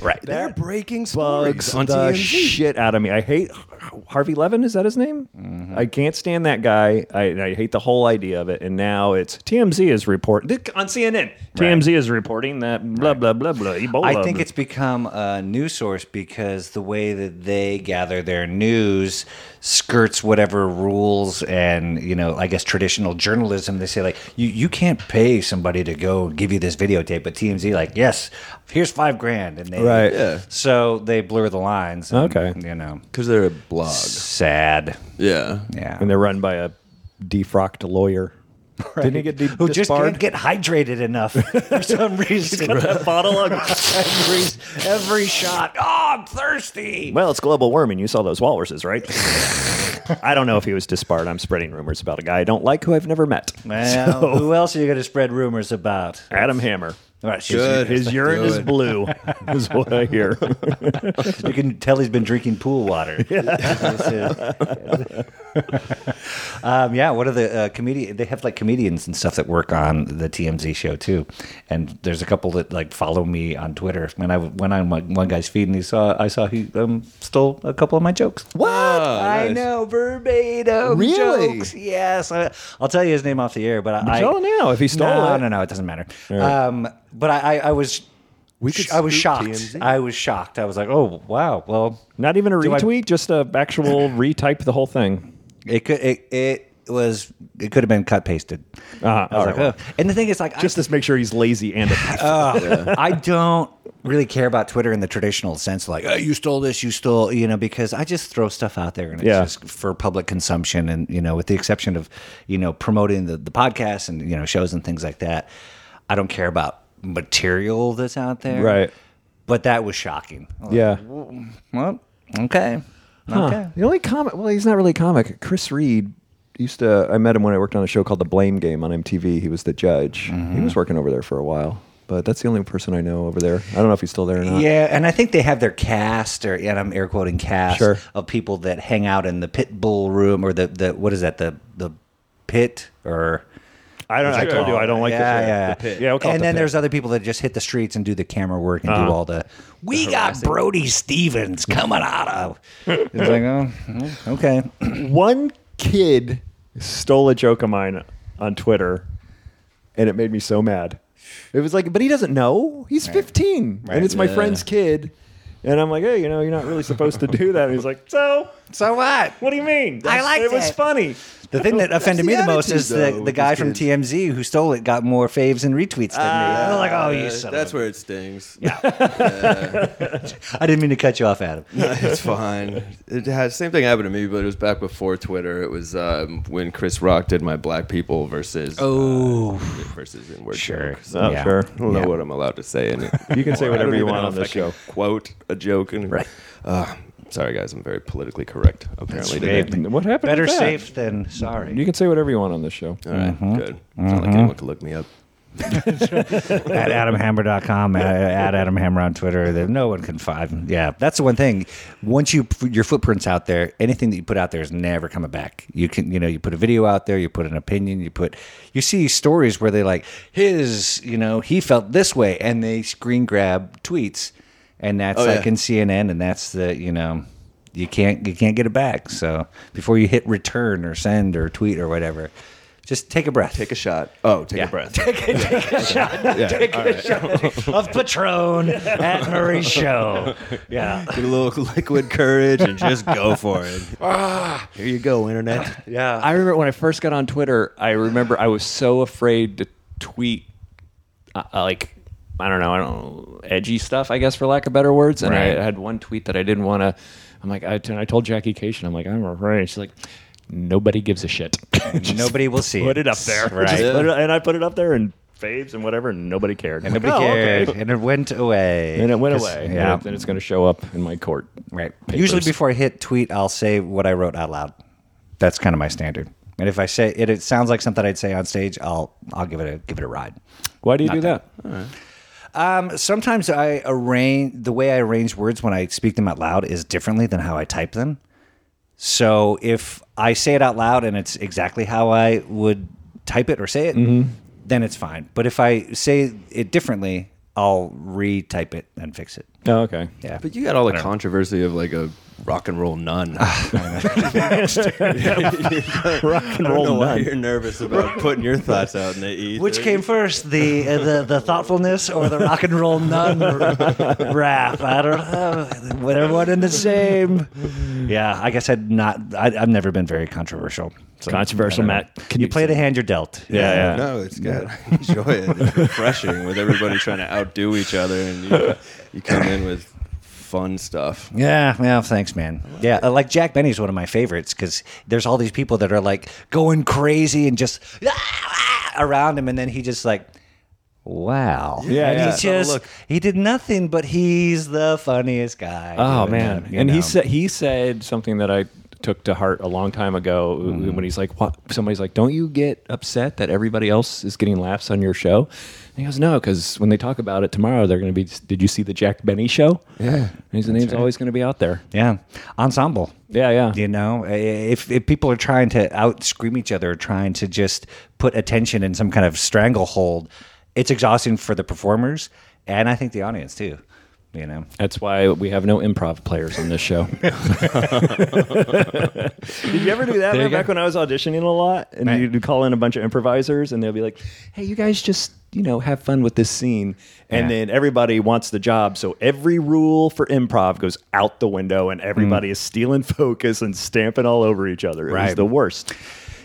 Speaker 4: Right.
Speaker 6: They're
Speaker 4: That
Speaker 6: breaking
Speaker 4: bugs
Speaker 6: stories on
Speaker 4: the
Speaker 6: TMZ.
Speaker 4: shit out of me. I hate Harvey Levin. Is that his name? I can't stand that guy. I, and I hate the whole idea of it. And now it's TMZ is reporting on CNN. TMZ is reporting that blah blah blah blah. Ebola.
Speaker 5: I think it's become a news source because the way that they gather their news skirts whatever rules and you know I guess traditional journalism. They say like you you can't pay somebody to go give you this videotape, but TMZ like yes, here's five grand, and they
Speaker 4: Right.
Speaker 6: Yeah.
Speaker 5: So they blur the lines. and,
Speaker 4: Okay.
Speaker 5: you know
Speaker 6: Because they're a blog.
Speaker 5: Sad.
Speaker 6: Yeah.
Speaker 5: Yeah.
Speaker 4: And they're run by a defrocked lawyer. Didn't he get de-
Speaker 5: Who just
Speaker 4: disbarred?
Speaker 5: can't get hydrated enough for some reason.
Speaker 7: That bottle of
Speaker 5: every, every shot. Oh, I'm thirsty.
Speaker 4: Well, it's global warming. You saw those walruses, right? I don't know if he was disbarred. I'm spreading rumors about a guy I don't like who I've never met.
Speaker 5: Well, who else are you going to spread rumors about?
Speaker 4: Adam Hammer.
Speaker 5: All right,
Speaker 6: Good.
Speaker 4: His urine is
Speaker 6: Good.
Speaker 4: blue, is what I hear.
Speaker 5: You can tell he's been drinking pool water. um, yeah, one of the uh, comedian they have like comedians and stuff that work on the TMZ show too, and there's a couple that like follow me on Twitter. And I went on one one guy's feed and he saw I saw he um, stole a couple of my jokes. What?
Speaker 6: Oh,
Speaker 5: I
Speaker 6: nice.
Speaker 5: know verbatim
Speaker 3: Really?
Speaker 5: jokes. Yes, I, I'll tell you his name off the air, but I
Speaker 4: Tell him now if he stole
Speaker 5: no,
Speaker 4: it.
Speaker 5: No, no, it doesn't matter. Um, but I, I, I was.
Speaker 6: could
Speaker 5: I was
Speaker 6: scoop
Speaker 5: shocked.
Speaker 6: TMZ.
Speaker 5: I was shocked. I was like, "Oh wow!" Well,
Speaker 4: Not even a
Speaker 5: I-
Speaker 4: retweet, just a actual retype the whole thing.
Speaker 5: It could it, it was it could have been cut pasted.
Speaker 4: Uh,
Speaker 5: I was like, "Oh." And the thing is, like,
Speaker 4: Just to make sure he's lazy and a thief.
Speaker 5: I, uh, I don't really care about Twitter in the traditional sense, like oh, you stole this, you stole, you know, because I just throw stuff out there and it's
Speaker 4: Yeah.
Speaker 5: just for public consumption, and you know, with the exception of you know promoting the the podcast and you know shows and things like that, I don't care about material that's out there,
Speaker 4: Right.
Speaker 5: But that was shocking. I was
Speaker 4: yeah.
Speaker 5: like, well, okay, okay.
Speaker 4: The only comic, well, he's not really a comic. Chris Reed used to, I met him when I worked on a show called The Blame Game on MTV. He was the judge. He was working over there for a while, but that's the only person I know over there. I don't know if he's still there or not.
Speaker 5: Yeah, and I think they have their cast, or and I'm air quoting cast
Speaker 4: Sure.
Speaker 5: of people that hang out in the pit bull room or the the what is that the the pit or
Speaker 7: I don't. I told you I don't like
Speaker 5: yeah, yeah
Speaker 7: this. yeah. we'll call it
Speaker 5: and
Speaker 7: the
Speaker 5: then
Speaker 7: pit. Uh-huh.
Speaker 5: there's other people that just hit the streets and do the camera work and do all the. We got Brody Stevens coming out of. it's like oh okay.
Speaker 4: One kid stole a joke of mine on Twitter, and it made me so mad. It was like, but he doesn't know. He's 15, and it's my friend's kid. And I'm like, hey, you know, you're not really supposed to do that. And he's like, so
Speaker 5: So what?
Speaker 4: what do you mean? That's-
Speaker 5: liked
Speaker 4: it was
Speaker 5: it.
Speaker 4: funny.
Speaker 5: The thing that offended me
Speaker 6: the
Speaker 5: the most
Speaker 6: attitude,
Speaker 5: is the,
Speaker 6: though,
Speaker 5: the
Speaker 6: with
Speaker 5: guy
Speaker 6: these
Speaker 5: from
Speaker 6: kids.
Speaker 5: TMZ who stole it got more faves and retweets than me.
Speaker 7: Ah.
Speaker 5: I'm like, oh, you
Speaker 6: Uh,
Speaker 5: son of
Speaker 6: That's
Speaker 5: a-
Speaker 6: where it stings.
Speaker 5: I didn't mean to cut you off, Adam.
Speaker 6: it's fine. It has same thing happened to me, but it was back before Twitter. It was um, when Chris Rock did my Black People versus uh,
Speaker 5: Oh.
Speaker 6: versus in word
Speaker 5: Sure.
Speaker 6: jokes.
Speaker 4: Oh,
Speaker 5: Yeah.
Speaker 4: sure.
Speaker 6: I don't
Speaker 5: Yeah.
Speaker 6: know what I'm allowed to say. In it.
Speaker 4: You can say
Speaker 6: I don't
Speaker 4: whatever you
Speaker 6: even
Speaker 4: want
Speaker 6: know
Speaker 4: on
Speaker 6: if I
Speaker 4: this
Speaker 6: can
Speaker 4: show.
Speaker 6: Quote a joke and
Speaker 5: Right.
Speaker 6: Uh, sorry, guys, I'm very politically correct. Apparently, today.
Speaker 4: Hey, What happened?
Speaker 5: Better
Speaker 4: to that?
Speaker 5: safe than sorry.
Speaker 4: You can say whatever you want on this show.
Speaker 6: All right,
Speaker 4: Mm-hmm.
Speaker 6: good. It's not like anyone can look me up.
Speaker 5: at adamhammer.com, at, at adamhammer on Twitter. There- No one can find. Yeah, that's the one thing. Once you your footprint's out there, anything that you put out there is never coming back. You can, you know, you put a video out there, you put an opinion, you put, you see stories where they like his, you know, he felt this way, and they screen grab tweets, and that's
Speaker 6: Oh,
Speaker 5: like
Speaker 6: yeah.
Speaker 5: in CNN, and that's the, you know. You can't you can't get it back. So before you hit return or send or tweet or whatever, just take a breath.
Speaker 6: Take a shot. Oh, take
Speaker 5: Yeah.
Speaker 6: a breath.
Speaker 5: Yeah. Take a shot of Patron at Murray's show. Yeah.
Speaker 6: Get a little liquid courage and just go for it.
Speaker 5: Ah.
Speaker 6: Here you go, internet.
Speaker 4: I remember when I first got on Twitter, I remember I was so afraid to tweet uh, uh, like I don't know, I don't edgy stuff, I guess for lack of better words. And
Speaker 5: Right.
Speaker 4: I had one tweet that I didn't want to I'm like I, and I told Jackie Cation, I'm like I'm afraid. She's like nobody gives a shit. Just
Speaker 5: Nobody will see
Speaker 4: put it up there.
Speaker 5: Right.
Speaker 4: Just put it- and I put it up there and faves and whatever and nobody cared. I'm like,
Speaker 5: Nobody
Speaker 4: "Oh, okay."
Speaker 5: cared. And it went away.
Speaker 4: And it went
Speaker 5: 'Cause-
Speaker 4: away.
Speaker 5: Yeah.
Speaker 4: And then it's going to show up in my court.
Speaker 5: right.
Speaker 4: papers.
Speaker 5: Usually before I hit tweet, I'll say what I wrote out loud. That's kind of my standard. And if I say it, it sounds like something I'd say on stage, I'll I'll give it a give it a ride.
Speaker 4: Why do you do that?
Speaker 5: Um, sometimes I arrange the way I arrange words when I speak them out loud is differently than how I type them. So if I say it out loud and it's exactly how I would type it or say it,
Speaker 4: Mm-hmm.
Speaker 5: then it's fine. But if I say it differently, I'll retype it and fix it.
Speaker 4: Oh, okay.
Speaker 5: Yeah.
Speaker 6: But you got all the controversy of like a rock and roll nun.
Speaker 4: Rock and
Speaker 6: I don't know
Speaker 4: roll
Speaker 6: why
Speaker 4: nun.
Speaker 6: you're nervous about putting your thoughts out in the ether.
Speaker 5: Which came first, the uh, the the thoughtfulness or the rock and roll nun r- rap? I don't know. Whatever one and the same. Yeah, I guess I'd not. I, I've never been very controversial. So,
Speaker 4: Controversial,
Speaker 5: I don't know.
Speaker 4: Matt. Can
Speaker 5: you
Speaker 4: you-
Speaker 5: play the hand you're dealt?
Speaker 4: Yeah, yeah.
Speaker 6: No, it's good. Enjoy it. It's refreshing with everybody trying to outdo each other, and you, you come in with fun stuff.
Speaker 5: Yeah, yeah, thanks, man. Yeah, uh, like Jack Benny's one of my favorites because there's all these people that are like going crazy and just "Ah, ah," around him, and then he just like, wow,
Speaker 4: Yeah,
Speaker 5: and
Speaker 4: yeah.
Speaker 5: he
Speaker 6: Subtle
Speaker 5: just
Speaker 6: look.
Speaker 5: he did nothing, but he's the funniest guy.
Speaker 4: Oh
Speaker 5: doing
Speaker 4: man!
Speaker 5: it, you
Speaker 4: and
Speaker 5: know?
Speaker 4: he said he said something that I took to heart a long time ago uh, when he's like, "What?" Somebody's like, "Don't you get upset that everybody else is getting laughs on your show?" And he goes, "No, because when they talk about it tomorrow, they're going to be. Did you see the Jack Benny show? Yeah, and his name's always going to be out there.
Speaker 5: yeah, ensemble.
Speaker 4: Yeah, yeah.
Speaker 5: You know, if, if people are trying to out scream each other, trying to just put attention in some kind of stranglehold, it's exhausting for the performers and I think the audience too. You know,
Speaker 4: That's why we have no improv players on this show. Did you ever do that
Speaker 5: There you
Speaker 4: man,
Speaker 5: go.
Speaker 4: back when I was auditioning a lot? And
Speaker 5: Right.
Speaker 4: you'd call in a bunch of improvisers, and they'll be like, "Hey, you guys, just you know, have fun with this scene." And
Speaker 5: Yeah.
Speaker 4: then everybody wants the job, so every rule for improv goes out the window, and everybody is stealing focus and stamping all over each other. It was
Speaker 5: Mm. Right.
Speaker 4: the worst.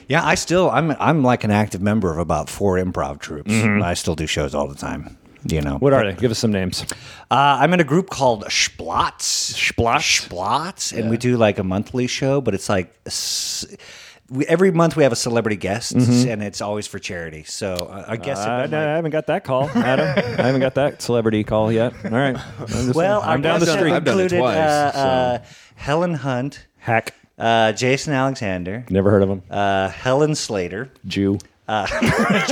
Speaker 5: yeah, I still I'm I'm like an active member of about four improv troops. I still do shows all the time. You know,
Speaker 4: What are they? Give us some names.
Speaker 5: Uh, I'm in a group called Splatz. Splatz. Splatz. And we do like a monthly show, but it's like. s- We, every month we have a celebrity guest,
Speaker 4: Mm-hmm.
Speaker 5: and it's always for charity. So uh, I guess
Speaker 4: I,
Speaker 5: it,
Speaker 4: I haven't got that call, Adam. I haven't got that celebrity call yet. All right. I'm just-
Speaker 5: well,
Speaker 4: I'm down the
Speaker 5: guests have
Speaker 4: street.
Speaker 6: I've done it
Speaker 5: Included,
Speaker 6: twice,
Speaker 5: uh,
Speaker 6: so-
Speaker 5: uh, Helen Hunt,
Speaker 4: Hack.
Speaker 5: uh, Jason Alexander,
Speaker 4: Never heard of him.
Speaker 5: uh, Helen Slater.
Speaker 4: Jew.
Speaker 5: great,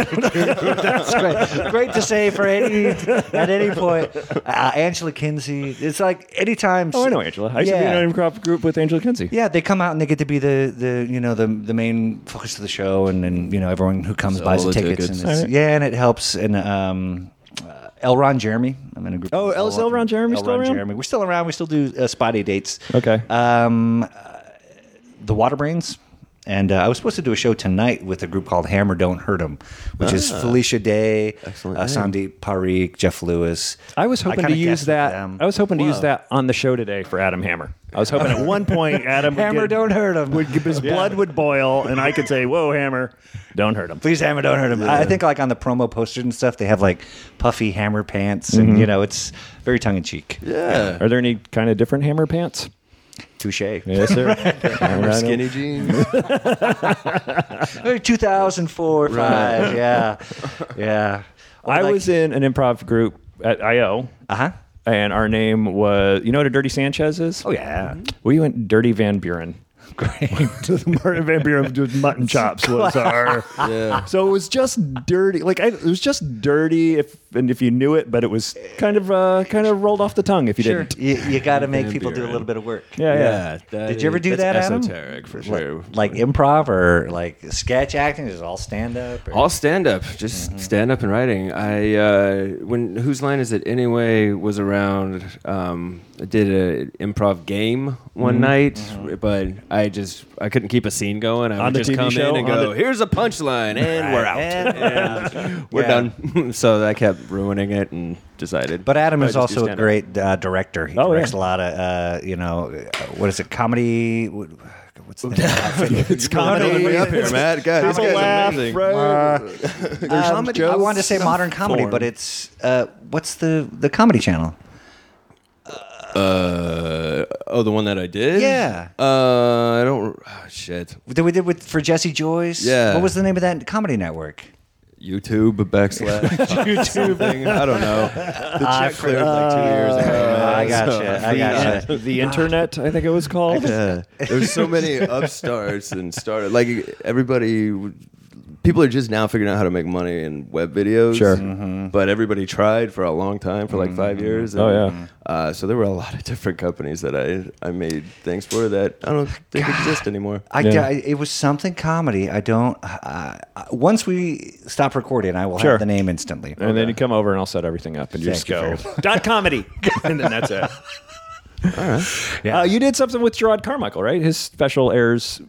Speaker 5: great to say for any at any point. Uh, Angela Kinsey. It's like anytime.
Speaker 4: Oh, I know Angela. I used to be in an improv group with Angela Kinsey.
Speaker 5: Yeah, they come out and they get to be the, the you know the the main focus of the show, and then you know everyone who comes buys
Speaker 6: all
Speaker 5: the
Speaker 6: the
Speaker 5: tickets.
Speaker 6: tickets.
Speaker 5: And it's,
Speaker 4: Alright.
Speaker 5: Yeah, and it helps. And um, uh, Elron Jeremy, I'm in a group.
Speaker 4: Oh,
Speaker 5: with
Speaker 4: El- is Elron Jeremy still around?
Speaker 5: Jeremy, we're still around. We still do uh, spotty dates.
Speaker 4: Okay.
Speaker 5: Um, uh, the Waterbrains. And uh, I was supposed to do a show tonight with a group called Hammer Don't Hurt 'Em, which is Felicia Day,
Speaker 6: Excellent
Speaker 5: uh,
Speaker 6: name.
Speaker 5: Sandeep Parikh, Jeff Lewis.
Speaker 4: I was hoping to
Speaker 5: kinda
Speaker 4: use
Speaker 5: guessed
Speaker 4: that.
Speaker 5: them.
Speaker 4: I was hoping to use that on the show today for Adam Hammer. I was hoping at one point Adam would
Speaker 5: Hammer
Speaker 4: get-
Speaker 5: Don't Hurt 'Em.
Speaker 7: Would, his blood would boil, and I could say, "Whoa, Hammer, don't hurt him."
Speaker 5: Please hammer, don't hurt him. I I think like on the promo posters and stuff, they have like puffy hammer pants, and
Speaker 4: Mm-hmm.
Speaker 5: you know it's very tongue in cheek.
Speaker 6: Yeah.
Speaker 4: Are there any kind of different Hammer pants?
Speaker 5: Touche.
Speaker 4: Yes, sir. Hammer
Speaker 6: Skinny jeans.
Speaker 5: 2004 five. Yeah, yeah.
Speaker 4: I was in an improv group at IO,
Speaker 5: Uh huh.
Speaker 4: and our name was. You know what a Dirty Sanchez is?
Speaker 5: Oh yeah.
Speaker 4: We went Dirty Van Buren.
Speaker 5: Great.
Speaker 7: Martin Van Buren with mutton chops was our.
Speaker 6: Yeah.
Speaker 4: So it was just dirty. Like I, it was just dirty if and if you knew it, but it was kind of uh, kind of rolled off the tongue if you
Speaker 5: Sure.
Speaker 4: didn't.
Speaker 5: You, you got to make
Speaker 6: Van
Speaker 5: people do a
Speaker 6: Buren.
Speaker 5: little bit of work.
Speaker 4: Yeah, yeah.
Speaker 6: that
Speaker 5: Did you ever
Speaker 6: is-
Speaker 5: do
Speaker 6: that's
Speaker 5: that, Adam?
Speaker 6: Esoteric for sure.
Speaker 5: Like improv or like sketch acting, is it all stand up? or-
Speaker 6: All stand up, just
Speaker 4: Mm-hmm.
Speaker 6: stand up and writing. I uh, when whose line is it anyway was around. Um, I did an improv game
Speaker 4: Mm-hmm.
Speaker 6: one night, but I just I couldn't keep a scene going. I
Speaker 4: On
Speaker 6: would
Speaker 4: the
Speaker 6: just
Speaker 4: TV
Speaker 6: come
Speaker 4: show?
Speaker 6: in and
Speaker 4: On
Speaker 6: go,
Speaker 4: the-
Speaker 6: "Here's a punchline," and we're out.
Speaker 5: And-
Speaker 6: We're
Speaker 5: Yeah.
Speaker 6: done. so I kept ruining it and decided.
Speaker 5: But Adam
Speaker 6: I
Speaker 5: is
Speaker 6: just do
Speaker 5: also a
Speaker 6: stand-up.
Speaker 5: great uh, director. He
Speaker 4: Oh,
Speaker 5: directs
Speaker 4: yeah.
Speaker 5: a lot of, uh, you know, uh, what is it, comedy? what- What's the name? of that?
Speaker 4: It's comedy.
Speaker 6: Up here, Matt. God, this
Speaker 4: People
Speaker 6: guy's
Speaker 4: laugh,
Speaker 6: amazing.
Speaker 4: right?
Speaker 5: Um, I wanted to say modern comedy,
Speaker 6: form.
Speaker 5: but it's uh, what's the the comedy channel?
Speaker 6: Oh, the one that I did.
Speaker 5: Yeah.
Speaker 6: Uh, I don't. ah, shit.
Speaker 5: That we did with for Jesse Joyce.
Speaker 6: Yeah.
Speaker 5: What was the name of that comedy network?
Speaker 6: YouTube backslash YouTube. I don't know. The check cleared like two years ago. man.
Speaker 5: I gotcha.
Speaker 6: So,
Speaker 5: I gotcha.
Speaker 4: the internet, I think it was called.
Speaker 6: yeah. There's so many upstarts and started like everybody. People are just now figuring out how to make money in web videos.
Speaker 4: Sure.
Speaker 5: Mm-hmm.
Speaker 6: But everybody tried for a long time, for like five years.
Speaker 4: Oh, yeah.
Speaker 6: Uh, so there were a lot of different companies that I, I made things for that I don't think exist anymore.
Speaker 5: I,
Speaker 4: Yeah.
Speaker 5: I- it was something comedy. I don't. Uh, once we stop recording, I will
Speaker 4: Sure.
Speaker 5: have the name instantly.
Speaker 4: And then you come over and I'll set everything up and you just
Speaker 5: Thank you
Speaker 4: go
Speaker 5: very
Speaker 4: dot comedy, and then that's it. All right. Uh, you did something with Gerard Carmichael, right? His special airs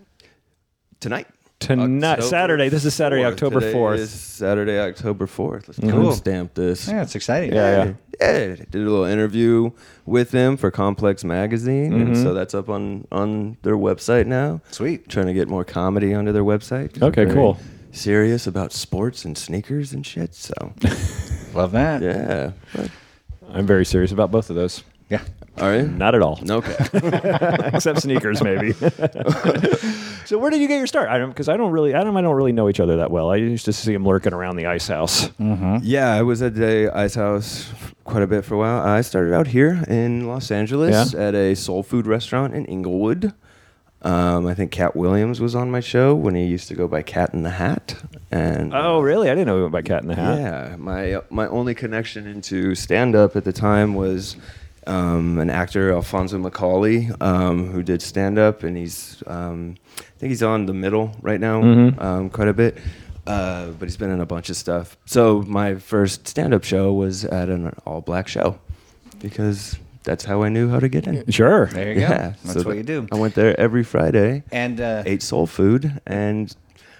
Speaker 6: Tonight.
Speaker 4: tonight,
Speaker 6: October
Speaker 4: Saturday. This is Saturday,
Speaker 6: 4th.
Speaker 4: October
Speaker 6: Today
Speaker 4: fourth. Mm-hmm.
Speaker 6: is Saturday, October 4th. Let's
Speaker 5: Cool.
Speaker 6: cool. stamp this.
Speaker 5: yeah, it's exciting.
Speaker 4: Yeah, yeah.
Speaker 6: yeah, did a little interview with them for Complex Magazine,
Speaker 4: Mm-hmm.
Speaker 6: and so that's up on on their website now.
Speaker 5: Sweet.
Speaker 6: trying to get more comedy onto their website. 'cause
Speaker 4: Okay,
Speaker 6: they're
Speaker 4: cool.
Speaker 6: Serious about sports and sneakers and shit. So
Speaker 5: Love that.
Speaker 6: yeah, but
Speaker 4: I'm very serious about both of those.
Speaker 5: Yeah.
Speaker 6: Are you?
Speaker 4: Not at all.
Speaker 6: Okay.
Speaker 7: except sneakers maybe.
Speaker 4: So where did you get your start? I don't because I don't really Adam I don't really know each other that well. I used to see him lurking around the ice house.
Speaker 6: yeah, I was at the Ice House quite a bit for a while. I started out here in Los Angeles
Speaker 4: Yeah.
Speaker 6: at a soul food restaurant in Inglewood. Um, I think Cat Williams was on my show when he used to go by Cat in the Hat. And
Speaker 4: Oh really? I didn't know he went by Cat in the Hat.
Speaker 6: Yeah, my my only connection into stand up at the time was um, an actor Alfonso Macaulay um, who did stand up, and he's um, I think he's on the middle right now
Speaker 5: Mm-hmm.
Speaker 6: um, quite a bit. Uh, but he's been in a bunch of stuff. So my first stand-up show was at an all-black show because that's how I knew how to get in.
Speaker 4: Sure.
Speaker 5: There you go.
Speaker 6: Yeah,
Speaker 5: That's
Speaker 6: so
Speaker 5: what you do.
Speaker 6: I went there every Friday
Speaker 5: And uh,
Speaker 6: ate soul food and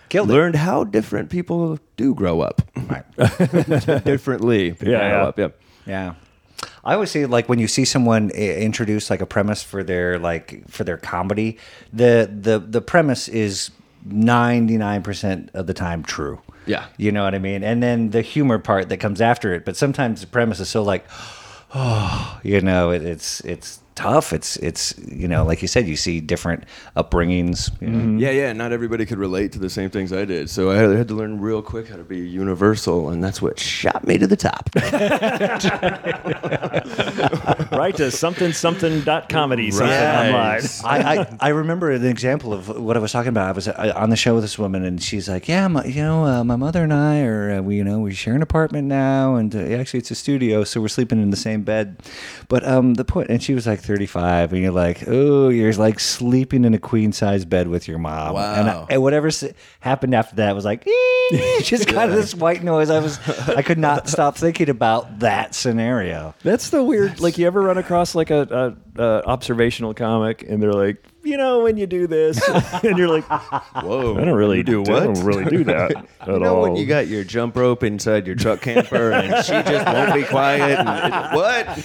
Speaker 5: Killed it.
Speaker 6: learned how different people do grow up. Differently. people
Speaker 7: Yeah,
Speaker 6: grow
Speaker 7: yeah.
Speaker 6: Up. Yep.
Speaker 5: Yeah. I always say like when you see someone i- introduce like a premise for their like for their comedy, the the the premise is 99% of the time true.
Speaker 6: Yeah.
Speaker 5: You know what I mean? And then the humor part that comes after it, but sometimes the premise is so like oh, you know, it, it's it's tough. It's it's you know, like you said you see different upbringings, you know.
Speaker 6: Yeah, yeah. Not everybody could relate to the same things I did. So I had, had to learn real quick how to be universal, and that's what shot me to the top.
Speaker 7: right to something something dot comedy something
Speaker 6: Right.
Speaker 7: online.
Speaker 5: I, I, I remember an example of what I was talking about. I was uh, on the show with this woman, and she's like, "Yeah, my, you know, uh, my mother and I are uh, we, you know, we share an apartment now, and uh, actually it's a studio, so we're sleeping in the same bed." But um, the point, and she was like 35, and you're like, "Oh, you're like sleeping in a queen size bed with your mom."
Speaker 6: Wow.
Speaker 5: And, I, and whatever s- happened after that was like, just kind of this white noise. I was, I could not stop thinking about that scenario.
Speaker 4: That's the weird. Like, you ever run across like a, a, a observational comic, and they're like, you know, when you do this, and you're like,
Speaker 6: Whoa.
Speaker 7: I don't really
Speaker 6: You do
Speaker 7: I
Speaker 6: what?
Speaker 7: don't really do that at
Speaker 6: You know
Speaker 7: all.
Speaker 6: when you got your jump rope inside your truck camper and she just won't be quiet. And it-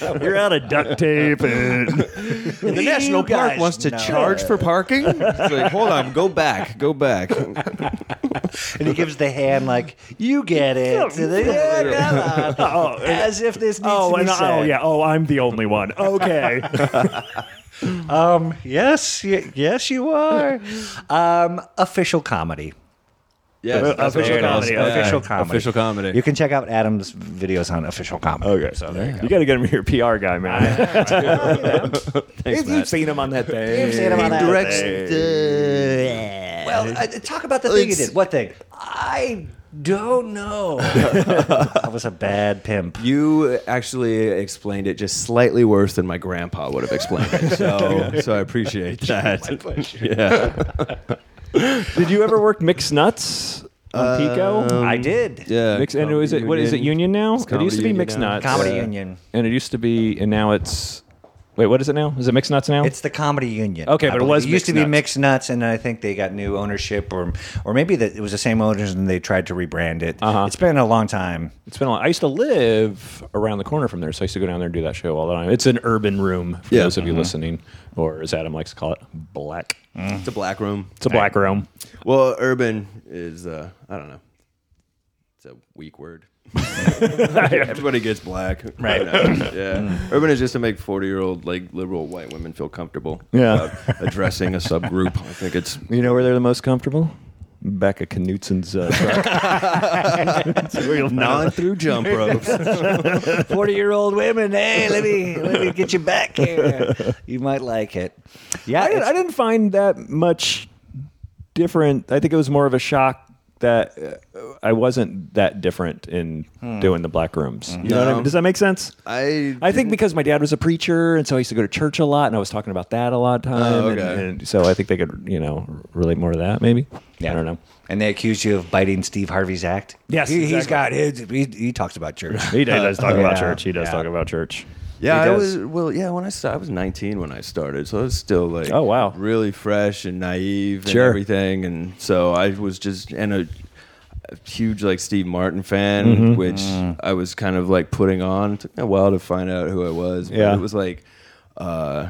Speaker 6: what?
Speaker 7: You're out of duct tape and
Speaker 6: The national park
Speaker 5: guys
Speaker 6: wants to
Speaker 5: know.
Speaker 6: charge for parking. It's like, hold on, go back, go back.
Speaker 5: And he gives the hand like, "You get it." And they- Yeah, come on. As if this needs
Speaker 7: oh
Speaker 5: to be
Speaker 7: and
Speaker 5: said.
Speaker 7: oh yeah oh I'm the only one. Okay,
Speaker 5: Um, yes, y- yes, you are. Um, official comedy.
Speaker 6: Yes,
Speaker 7: Uh,
Speaker 6: that's what
Speaker 7: official
Speaker 6: it is.
Speaker 7: comedy,
Speaker 6: Yeah,
Speaker 5: Official comedy.
Speaker 6: Official comedy.
Speaker 5: You can check out Adam's videos on official comedy.
Speaker 7: Okay.
Speaker 5: so there you go.
Speaker 7: you got to get him your PR guy, man.
Speaker 4: if you've seen him on that thing,
Speaker 5: You've seen him on that.
Speaker 6: Directs
Speaker 5: Well, uh, talk about the thing you did. What thing? I don't know. I was a bad pimp.
Speaker 6: You actually explained it just slightly worse than my grandpa would have explained it. So, so I appreciate that. Yeah.
Speaker 4: Did you ever work mixed nuts on Pico?
Speaker 5: I did.
Speaker 6: Yeah.
Speaker 4: Mix, and is it what is it Union now? It
Speaker 6: Comedy
Speaker 4: used to be
Speaker 6: Union
Speaker 4: mixed
Speaker 6: now.
Speaker 4: nuts,
Speaker 5: Comedy
Speaker 6: Yeah.
Speaker 5: Union.
Speaker 4: and it used to be, and now it's. Wait, what is it now? Is it mixed nuts now?
Speaker 5: It's the Comedy Union.
Speaker 4: Okay, but it
Speaker 5: believe.
Speaker 4: was
Speaker 5: it used to
Speaker 4: Mixed Nuts.
Speaker 5: be Mixed Nuts, and I think they got new ownership, or or maybe that it was the same owners and they tried to rebrand it.
Speaker 4: Uh-huh.
Speaker 5: It's been a long time.
Speaker 4: It's been a lot. I used to live around the corner from there, so I used to go down there and do that show all the time. It's an urban room for
Speaker 6: Yeah.
Speaker 4: those of you listening, or as Adam likes to call it, black.
Speaker 6: It's a black room.
Speaker 4: It's a black room.
Speaker 6: Well, urban is uh, I don't know. It's a weak word. Everybody gets black, right? Yeah. Urban is just to make forty-year-old like liberal white women feel comfortable.
Speaker 4: Yeah.
Speaker 6: about Addressing a subgroup, I think it's
Speaker 4: You know where they're the most comfortable? Back at Knutsen's. Uh, truck.
Speaker 6: non through jump ropes.
Speaker 5: Forty year old women. Hey, let me let me get you back here. You might like it. Yeah,
Speaker 4: I, didn't,
Speaker 5: it's-
Speaker 4: I didn't find that much different. I think it was more of a shock that uh, I wasn't that different in doing the black rooms. You know what I
Speaker 6: Hmm. No.
Speaker 4: mean? Does that make sense?
Speaker 6: I
Speaker 4: I think because my dad was a preacher, and so I used to go to church a lot, and I was talking about that a lot of time.
Speaker 6: Oh,
Speaker 4: and-
Speaker 6: okay.
Speaker 4: and, so I think they could, you know, relate more to that. Maybe. I don't know.
Speaker 5: And they accused you of biting Steve Harvey's act.
Speaker 7: Yes,
Speaker 5: he, has
Speaker 7: exactly.
Speaker 5: got his. He, he talks about church.
Speaker 7: he does talk
Speaker 5: Yeah.
Speaker 7: about church. He does
Speaker 5: Yeah.
Speaker 7: talk about church.
Speaker 6: Yeah,
Speaker 7: He
Speaker 6: I
Speaker 7: does.
Speaker 6: was well. Yeah, when I started, I was 19 when I started, so I was still like,
Speaker 4: Oh, wow.
Speaker 6: really fresh and naive and
Speaker 4: Sure.
Speaker 6: everything. And so I was just and a, a huge like Steve Martin fan,
Speaker 4: Mm-hmm.
Speaker 6: which
Speaker 4: Mm.
Speaker 6: I was kind of like putting on. It took me a while to find out who I was. But
Speaker 4: Yeah.
Speaker 6: it was like, uh,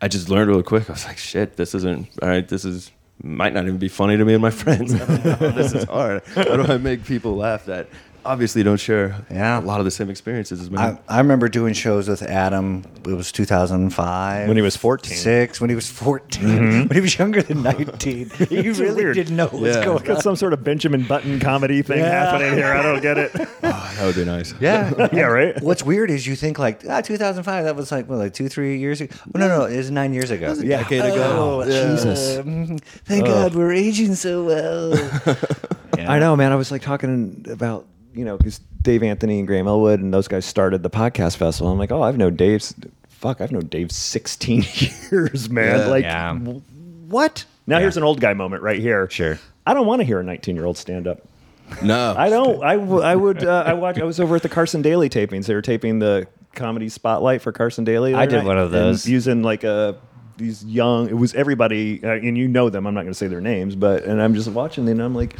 Speaker 6: I just learned real quick. I was like, shit, this isn't all right. This is might not even be funny to me and my friends. I don't know. this is hard. How do I make people laugh that obviously don't share
Speaker 5: Yeah.
Speaker 6: a lot of the same experiences as me.
Speaker 5: I, I remember doing shows with Adam. It was 2005.
Speaker 4: When he was 14.
Speaker 5: Six, when he was 14. when he was younger than 19. he
Speaker 7: It's
Speaker 5: really
Speaker 7: weird.
Speaker 5: didn't know what was
Speaker 6: Yeah.
Speaker 5: going on.
Speaker 7: Got some sort of Benjamin Button comedy thing
Speaker 5: Yeah.
Speaker 7: happening here. I don't get it.
Speaker 6: that would be nice.
Speaker 5: Yeah.
Speaker 7: Yeah, right?
Speaker 5: What's weird is you think like ah, 2005. That was like what, like two, three years ago. Oh, no, no, it Oh, was nine years ago.
Speaker 6: yeah. decade ago. Yeah.
Speaker 4: Jesus.
Speaker 5: Um, thank God we're aging so well.
Speaker 4: I know, man. I was like talking about you know because Dave Anthony and Graham Elwood and those guys started the podcast festival. I'm like, oh, I've known Dave's. Fuck, I've known Dave 16 years, man.
Speaker 6: Yeah.
Speaker 4: like,
Speaker 5: Yeah.
Speaker 4: w- what?
Speaker 7: Now here's an old guy moment right here.
Speaker 5: Sure.
Speaker 4: I don't want to hear a 19 year old stand up.
Speaker 6: No.
Speaker 4: I don't. I, w- I would. Uh, I watch. I was over at the Carson Daly tapings. They were taping the comedy spotlight for Carson Daly. the
Speaker 5: I
Speaker 4: other
Speaker 5: did
Speaker 4: night,
Speaker 5: one of
Speaker 4: and
Speaker 5: those.
Speaker 4: using like a these young. It was everybody, uh, and you know them. I'm not going to say their names, but and I'm just watching them. and I'm like,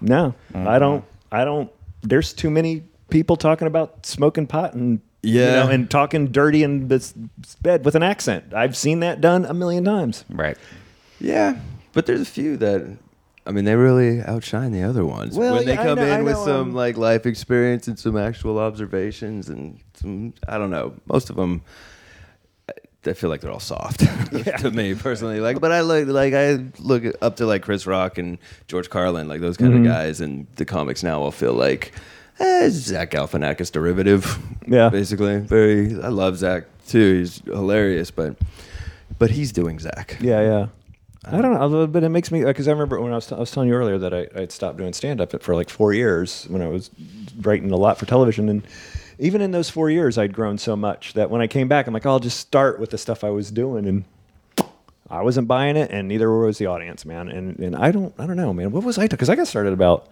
Speaker 4: no, I
Speaker 5: Mm-hmm.
Speaker 4: don't. I don't. There's too many people talking about smoking pot and you
Speaker 6: Yeah.
Speaker 4: know, and talking dirty in this bed with an accent. I've seen that done a million times.
Speaker 5: right.
Speaker 6: Yeah, but there's a few that I mean they really outshine the other ones
Speaker 4: Well,
Speaker 6: when they
Speaker 4: yeah, I
Speaker 6: come
Speaker 4: know-
Speaker 6: in
Speaker 4: I
Speaker 6: with
Speaker 4: know,
Speaker 6: some
Speaker 4: um,
Speaker 6: like life experience and some actual observations and some I don't know most of them. I feel like they're all soft to me personally. Like, but I look like I look up to like Chris Rock and George Carlin, like those
Speaker 4: Mm-hmm.
Speaker 6: kind of guys, and the comics now will feel like eh, Zach Galifianakis derivative.
Speaker 4: Yeah.
Speaker 6: basically. Very. I love Zach too. He's hilarious, but but he's doing Zach.
Speaker 4: Yeah, yeah. I don't know, but it makes me because I remember when I was, I was telling you earlier that I I'd stopped doing stand up for like four years when I was writing a lot for television, and even in those four years, I'd grown so much that when I came back, I'm like, I'll just start with the stuff I was doing, and I wasn't buying it, and neither was the audience, man. And and I don't I don't know, man. What was I? Because I got started about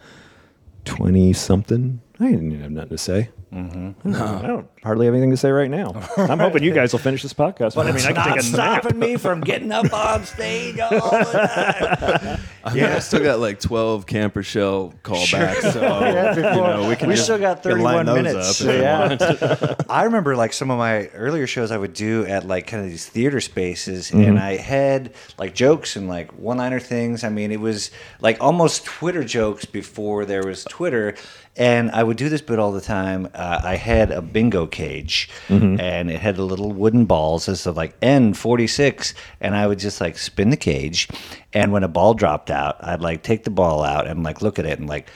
Speaker 4: twenty something. I didn't even have nothing to say. Mm-hmm. I, don't, I don't hardly have anything to say right now. I'm hoping you guys will finish this podcast. I mean, I can take a nap.
Speaker 5: me from getting up on stage all the time.
Speaker 6: Yeah, I still got like 12 camper shell callbacks. So, you know, we can
Speaker 5: we
Speaker 6: just
Speaker 5: still got
Speaker 6: can
Speaker 5: 31
Speaker 6: line those
Speaker 5: minutes.
Speaker 6: Up if you
Speaker 5: Yeah.
Speaker 6: want.
Speaker 5: I remember like some of my earlier shows I would do at like kind of these theater spaces, and I had like jokes and like one liner things. I mean, it was like almost Twitter jokes before there was Twitter. And I would do this bit all the time. Uh, I had a bingo cage, and it had the little wooden balls as of like N forty six, and I would just like spin the cage, and when a ball dropped out, I'd like take the ball out and like look at it and like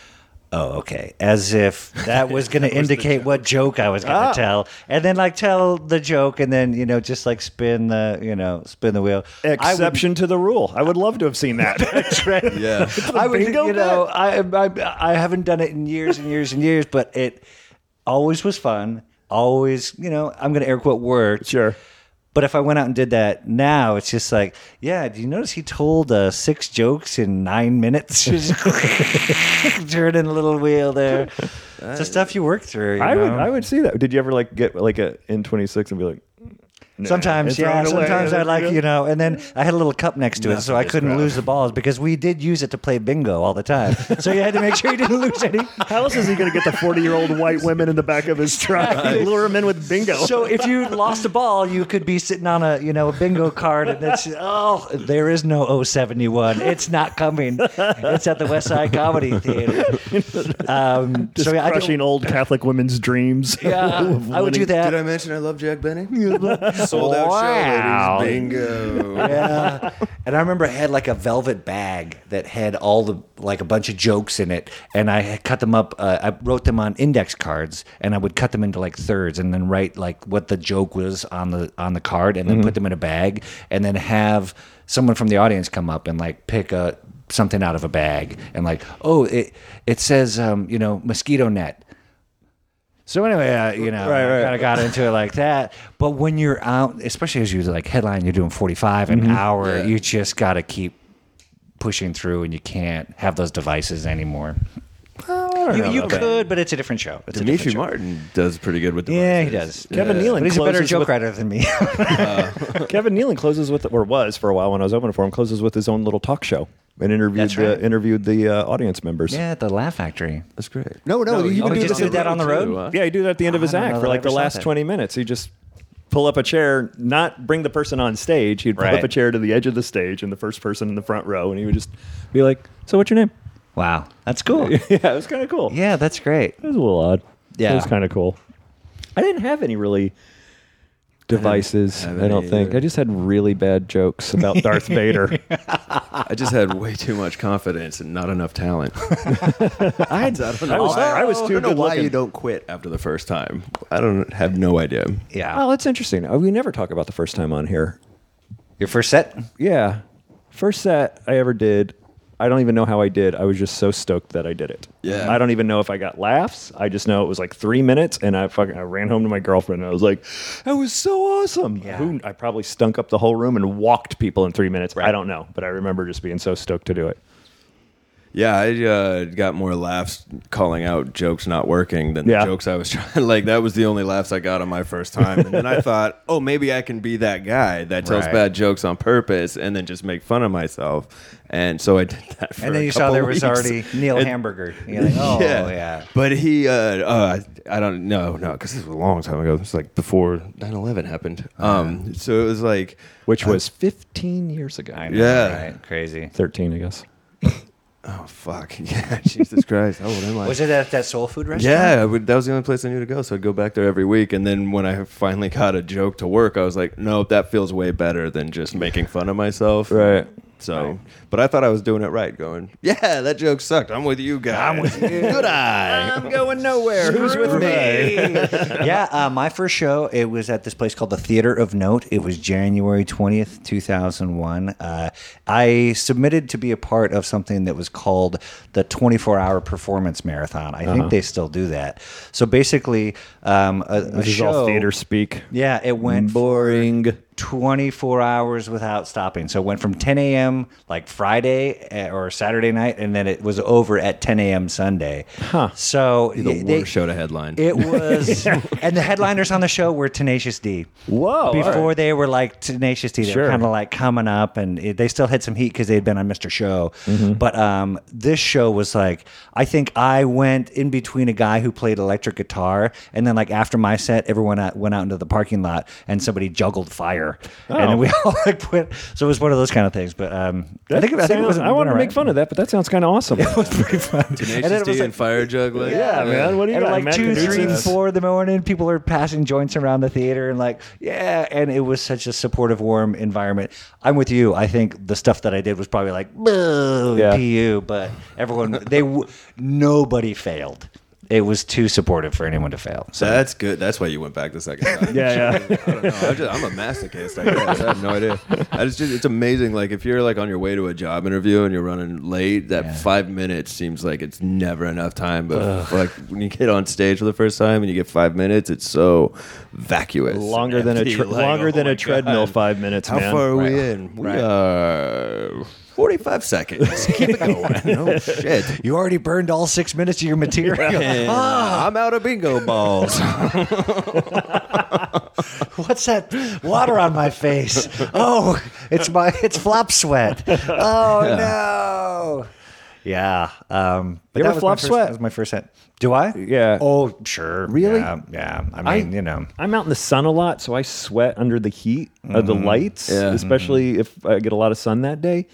Speaker 5: oh okay as if that was going to indicate what joke i was going to tell and then like tell the joke and then you know just like spin the you know spin the wheel I would-
Speaker 7: Exception to the rule. I would love to have seen that.
Speaker 5: that's right.
Speaker 6: Yeah.
Speaker 5: I would,
Speaker 7: bingo
Speaker 5: you know, I, I I haven't done it in years and years and years, but it always was fun. Always, you know, I'm going to air quote words.
Speaker 7: Sure.
Speaker 5: But if I went out and did that now, it's just like, yeah. Do you notice he told uh, six jokes in nine minutes? Just turning a little wheel there. It's the stuff you work through. you
Speaker 4: I would
Speaker 5: know?
Speaker 4: I would see that. Did you ever like get like a N twenty six and be like,
Speaker 5: Sometimes,
Speaker 7: throw
Speaker 5: yeah.
Speaker 7: it away.
Speaker 5: Sometimes I like, you know, and then I had a little cup next to it, so I couldn't lose the balls because we did use it to play bingo all the time. So you had to make sure you didn't lose any.
Speaker 7: How else is he going to get the 40 year old white women in the back of his truck? Lure them in with bingo.
Speaker 5: So if you lost a ball, you could be sitting on a, you know, a bingo card, and it's oh, there is no 071. It's not coming. It's at the West Side Comedy Theater. Um,
Speaker 7: Just
Speaker 5: so yeah, I
Speaker 7: crushing
Speaker 5: do,
Speaker 7: old Catholic women's dreams.
Speaker 5: yeah, I would do that.
Speaker 6: Did I mention I love Jack Benny? Sold out
Speaker 5: Wow.
Speaker 6: show, ladies. Bingo.
Speaker 5: yeah. And I remember I had like a velvet bag that had all the like a bunch of jokes in it, and I had cut them up. Uh, I wrote them on index cards, and I would cut them into like thirds, and then write like what the joke was on the on the card, and then put them in a bag, and then have someone from the audience come up and like pick a something out of a bag, and like oh it it says um, you know mosquito net. So anyway, uh, you know, kind of got into it like that. But when you're out, especially as you like headline, you're doing 45 an hour. You just got to keep pushing through, and you can't have those devices anymore. you you could, but it's a different show. It's a different
Speaker 6: Dimitri
Speaker 5: show.
Speaker 6: Martin does pretty good with the
Speaker 5: Yeah, he does.
Speaker 7: Kevin Nealon
Speaker 5: But he's a better
Speaker 7: closes
Speaker 5: joke
Speaker 7: with-
Speaker 5: writer than me.
Speaker 4: Kevin Nealon closes with or was for a while when I was opening for him closes with his own little talk show and interviewed
Speaker 5: That's right.
Speaker 4: the, interviewed the uh, audience members.
Speaker 5: yeah, at the Laugh Factory.
Speaker 6: That's great.
Speaker 3: No, no, you
Speaker 5: oh,
Speaker 3: can
Speaker 5: he
Speaker 3: do
Speaker 5: just
Speaker 3: this.
Speaker 5: did that on the road?
Speaker 6: too, huh?
Speaker 4: yeah, he do that at the end of his
Speaker 5: I don't
Speaker 4: act
Speaker 5: know
Speaker 4: for
Speaker 5: that I
Speaker 4: like the
Speaker 5: ever saw
Speaker 4: last
Speaker 5: that.
Speaker 4: twenty minutes. He just pull up a chair, not bring the person on stage. He'd pull
Speaker 5: Right.
Speaker 4: up a chair to the edge of the stage and the first person in the front row, and he would just be like, "So what's your name?"
Speaker 5: Wow, that's cool.
Speaker 4: yeah, it was kind of cool.
Speaker 5: yeah, that's great.
Speaker 4: It was a little odd.
Speaker 5: Yeah.
Speaker 4: It was kind of cool. I didn't have any really devices, I,
Speaker 6: have
Speaker 4: don't
Speaker 6: any
Speaker 4: think.
Speaker 6: either.
Speaker 4: I just had really bad jokes about Darth Vader.
Speaker 6: I just had way too much confidence and not enough talent. I, had, I, don't know
Speaker 7: I was- I was
Speaker 6: why-
Speaker 7: too
Speaker 6: I don't know
Speaker 7: good
Speaker 6: why
Speaker 7: looking.
Speaker 6: you don't quit after the first time. I don't have no idea.
Speaker 5: Yeah,
Speaker 4: oh, that's interesting. Uh, We never talk about the first time on here.
Speaker 5: your first set.
Speaker 4: Yeah. First set I ever did. I don't even know how I did. I was just so stoked that I did it.
Speaker 6: Yeah.
Speaker 4: I don't even know if I got laughs. I just know it was like three minutes, and I fucking I ran home to my girlfriend and I was like, "That was so awesome." Who, I probably stunk up the whole room and walked people in three minutes. I don't know, but I remember just being so stoked to do it.
Speaker 6: Yeah, I uh, got more laughs calling out jokes not working than
Speaker 4: Yeah.
Speaker 6: the jokes I was trying. Like that was the only laughs I got on my first time, and then I thought, oh, maybe I can be that guy that tells
Speaker 5: Right.
Speaker 6: bad jokes on purpose and then just make fun of myself. And so I did that. For
Speaker 5: And then
Speaker 6: a
Speaker 5: you saw
Speaker 6: couple
Speaker 5: there was
Speaker 6: weeks.
Speaker 5: already Neil
Speaker 6: And-
Speaker 5: Hamburger. You're like, oh yeah.
Speaker 6: But he, uh, uh, I don't know, no, because this was a long time ago. It was like before 9 11 happened. Um, so it was like,
Speaker 4: Which was 15 years ago.
Speaker 5: I know,
Speaker 6: Yeah.
Speaker 5: right? Crazy.
Speaker 4: 13, I guess.
Speaker 6: oh, fuck. Yeah, Jesus Christ. How old am I?
Speaker 5: Was it at that soul food restaurant?
Speaker 6: yeah, I would, that was the only place I knew to go. So I'd go back there every week. And then when I finally got a joke to work, I was like, no, that feels way better than just making fun of myself.
Speaker 4: Right.
Speaker 6: So, but I thought I was doing it right, going, yeah, that joke sucked. I'm with you guys. I'm with you. Good eye. I'm going nowhere. Who's with me?
Speaker 5: yeah, uh, my first show it was at this place called the Theater of Note. It was January twentieth, two thousand one. Uh, I submitted to be a part of something that was called the twenty four hour performance marathon. I
Speaker 4: Uh-huh.
Speaker 5: think they still do that. So basically, um, a, a
Speaker 4: This is
Speaker 5: show
Speaker 4: all theater speak.
Speaker 5: Yeah, it went
Speaker 4: Boring.
Speaker 5: 24 hours without stopping. So it went from 10 a.m. like Friday eh, or Saturday night, and then it was over at 10 a.m. Sunday. Huh. So
Speaker 6: The
Speaker 5: they-
Speaker 6: worst show to headline.
Speaker 5: It was, and the headliners on the show were Tenacious D.
Speaker 4: Whoa, all
Speaker 5: Before
Speaker 4: right.
Speaker 5: they were like Tenacious D, they were
Speaker 4: Sure.
Speaker 5: kind of like coming up, and it, they still had some heat because they had been on Mr. Show.
Speaker 4: Mm-hmm.
Speaker 5: But um, this show was like, I think I went in between a guy who played electric guitar, and then like after my set, everyone out, went out into the parking lot, and somebody juggled fire,
Speaker 4: Oh.
Speaker 5: and then we all like quit. So it was one of those kind of things. But um, I think I think it
Speaker 4: Sounds-
Speaker 5: was.
Speaker 4: I wanted to make fun of that, but that sounds kind of awesome.
Speaker 6: Tenacious
Speaker 5: and then it was
Speaker 6: D
Speaker 5: like-
Speaker 6: and fire juggling.
Speaker 4: Yeah, man. What do you
Speaker 5: and
Speaker 4: got?
Speaker 5: like
Speaker 4: Matt
Speaker 5: two,
Speaker 4: Knudsen?
Speaker 5: three, four in the morning, people are passing joints around the theater and like, yeah. And it was such a supportive, warm environment. I'm with you. I think the stuff that I did was probably like, boo,
Speaker 4: Yeah.
Speaker 5: pu, but everyone, they, w- nobody failed. It was too supportive for anyone to fail. So
Speaker 6: That's good. That's why you went back the second time.
Speaker 4: Yeah, yeah.
Speaker 6: I don't know. I just, I'm a masochist. I, guess. I have no idea. I just, it's amazing. Like if you're like on your way to a job interview and you're running late, that five minutes seems like it's never enough time. But like when you get on stage for the first time and you get five minutes, it's so vacuous. and
Speaker 4: longer than a
Speaker 6: empty.
Speaker 4: tre-
Speaker 6: Like,
Speaker 4: longer
Speaker 6: oh
Speaker 4: than
Speaker 6: my
Speaker 4: a treadmill.
Speaker 6: God.
Speaker 4: Five minutes,
Speaker 6: How
Speaker 4: man.
Speaker 6: far are we in? We are 45 seconds. Keep it going. oh shit.
Speaker 5: you already burned all six minutes of your material.
Speaker 6: And "Ah, I'm out of bingo balls.
Speaker 5: What's that water on my face? Oh, it's my it's flop sweat. Oh no. Yeah. Um but
Speaker 4: You
Speaker 5: that
Speaker 4: ever
Speaker 5: was
Speaker 4: flop
Speaker 5: my first,
Speaker 4: sweat?
Speaker 5: That was my first set. Do I?
Speaker 4: Yeah.
Speaker 5: Oh, sure.
Speaker 4: Really?
Speaker 5: Yeah. yeah. I mean, you know.
Speaker 4: I'm out in the sun a lot, so I sweat under the heat of
Speaker 5: Mm-hmm.
Speaker 4: the lights,
Speaker 6: Yeah.
Speaker 4: especially if I get a lot of sun that day.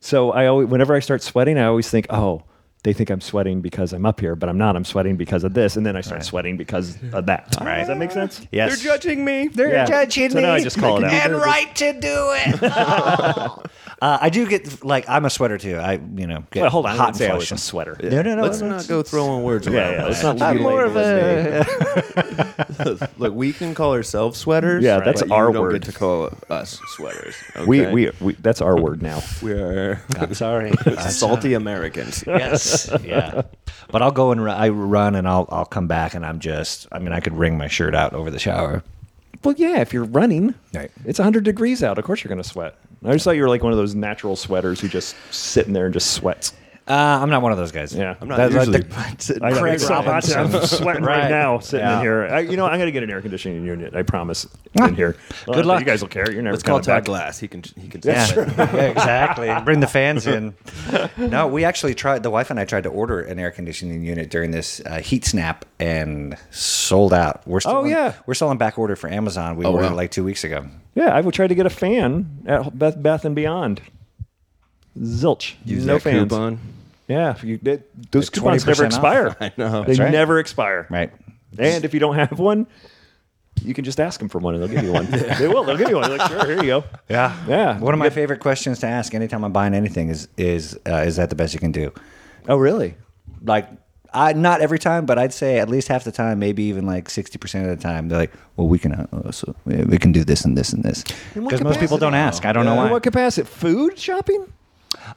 Speaker 4: So I always, whenever I start sweating, I always think, oh, they think I'm sweating because I'm up here, but I'm not. I'm sweating because of this, and then I start sweating because of that. Right? Does that make sense?
Speaker 5: Yes.
Speaker 6: They're judging me.
Speaker 5: They're
Speaker 4: Yeah.
Speaker 5: judging
Speaker 4: So
Speaker 5: me.
Speaker 4: now I just call it out.
Speaker 5: And right to do it. Oh. uh, I do get like I'm a sweater too. I you know get
Speaker 4: Well, hold on. I
Speaker 5: hot
Speaker 4: wouldn't say I
Speaker 5: and
Speaker 4: was
Speaker 5: flushing.
Speaker 4: a sweater.
Speaker 5: No, no, no.
Speaker 6: Let's
Speaker 5: no.
Speaker 6: not go throwing words around.
Speaker 4: Yeah, yeah. Let's not
Speaker 5: I'm
Speaker 4: be
Speaker 5: more
Speaker 4: labeled
Speaker 5: of
Speaker 4: as me.
Speaker 5: a
Speaker 6: Look, we can call ourselves sweaters.
Speaker 4: Yeah, that's
Speaker 6: but you
Speaker 4: our
Speaker 6: don't
Speaker 4: word.
Speaker 6: Get to call us sweaters.
Speaker 4: We,
Speaker 6: okay?
Speaker 4: we, we, that's our word now.
Speaker 6: we are
Speaker 5: I'm sorry.
Speaker 6: salty Americans.
Speaker 5: yes. Yeah. But I'll go and ru- I run and I'll I'll come back and I'm just I mean I could wring my shirt out over the shower.
Speaker 4: Well, yeah, if you're running,
Speaker 5: Right.
Speaker 4: it's 100 degrees out. Of course you're going to sweat. I just thought you were like one of those natural sweaters who just sit in there and just sweats.
Speaker 5: Uh, I'm not one of those guys.
Speaker 4: Yeah.
Speaker 6: I'm not
Speaker 5: That's like
Speaker 6: usually.
Speaker 5: the-
Speaker 6: but-
Speaker 4: I got
Speaker 7: Craig
Speaker 4: Craig
Speaker 7: so hot, I'm sweating right,
Speaker 5: Right.
Speaker 7: now sitting
Speaker 5: Yeah.
Speaker 7: in here.
Speaker 4: I, you know, I'm going to get an air conditioning unit. I promise. In here. Well,
Speaker 5: Ah, Good luck.
Speaker 7: You guys will care. You're never
Speaker 6: Let's call
Speaker 7: coming
Speaker 6: Todd
Speaker 7: back.
Speaker 6: Glass. He can. He can.
Speaker 5: Yeah,
Speaker 6: Yeah.
Speaker 5: Yeah, exactly. Bring the fans in. No, we actually tried. The wife and I tried to order an air conditioning unit during this uh, heat snap and sold out. We're still
Speaker 4: Oh,
Speaker 5: on-
Speaker 4: yeah.
Speaker 5: we're still on back order for Amazon.
Speaker 4: Oh,
Speaker 5: We ordered
Speaker 6: wow.
Speaker 5: like two weeks ago.
Speaker 4: Yeah, I've tried to get a fan at Beth Bath and Beyond. Zilch.
Speaker 6: Use
Speaker 4: no
Speaker 6: that
Speaker 4: fans.
Speaker 6: coupon.
Speaker 4: Yeah, if you, they, those
Speaker 5: Like
Speaker 4: coupons never
Speaker 5: 20% off.
Speaker 4: expire. They
Speaker 5: right.
Speaker 4: never expire.
Speaker 5: Right.
Speaker 4: And if you don't have one, you can just ask them for one, and they'll give you one. They will. They'll give you one. They're like, sure, here you go.
Speaker 5: Yeah.
Speaker 4: Yeah.
Speaker 5: One of my favorite questions to ask anytime I'm buying anything is is uh, is that the best you can do?
Speaker 4: Oh, really?
Speaker 5: Like I not every time, but I'd say at least half the time, maybe even like sixty percent of the time, they're like, "Well, we can uh, so we we can do this and this and this," because most people don't ask. I don't know
Speaker 4: In
Speaker 5: why.
Speaker 4: what capacity? Food shopping?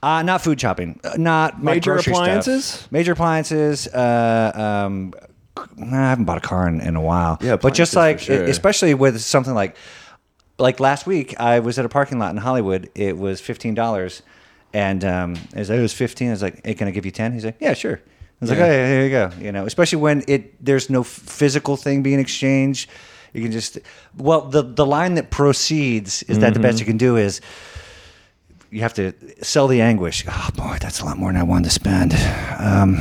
Speaker 5: Uh, not food shopping. Uh, Not like,
Speaker 4: Major
Speaker 5: grocery stuff.
Speaker 4: appliances?
Speaker 5: Major appliances. Uh, um, I haven't bought a car in, in a while.
Speaker 6: Yeah,
Speaker 5: but just like, e,
Speaker 6: appliances for sure.
Speaker 5: especially with something like, like last week, I was at a parking lot in Hollywood. It was fifteen dollars, and um, as I was fifteen, I was like, "Hey, can I give you 10? He's like, "Yeah, sure." I was like, "Oh, yeah, here you go." You know, especially when it there's no physical thing being exchanged. You can just well the the line that proceeds is that the best you can do is you have to sell the anguish. Oh boy, that's a lot more than I wanted to spend. Um,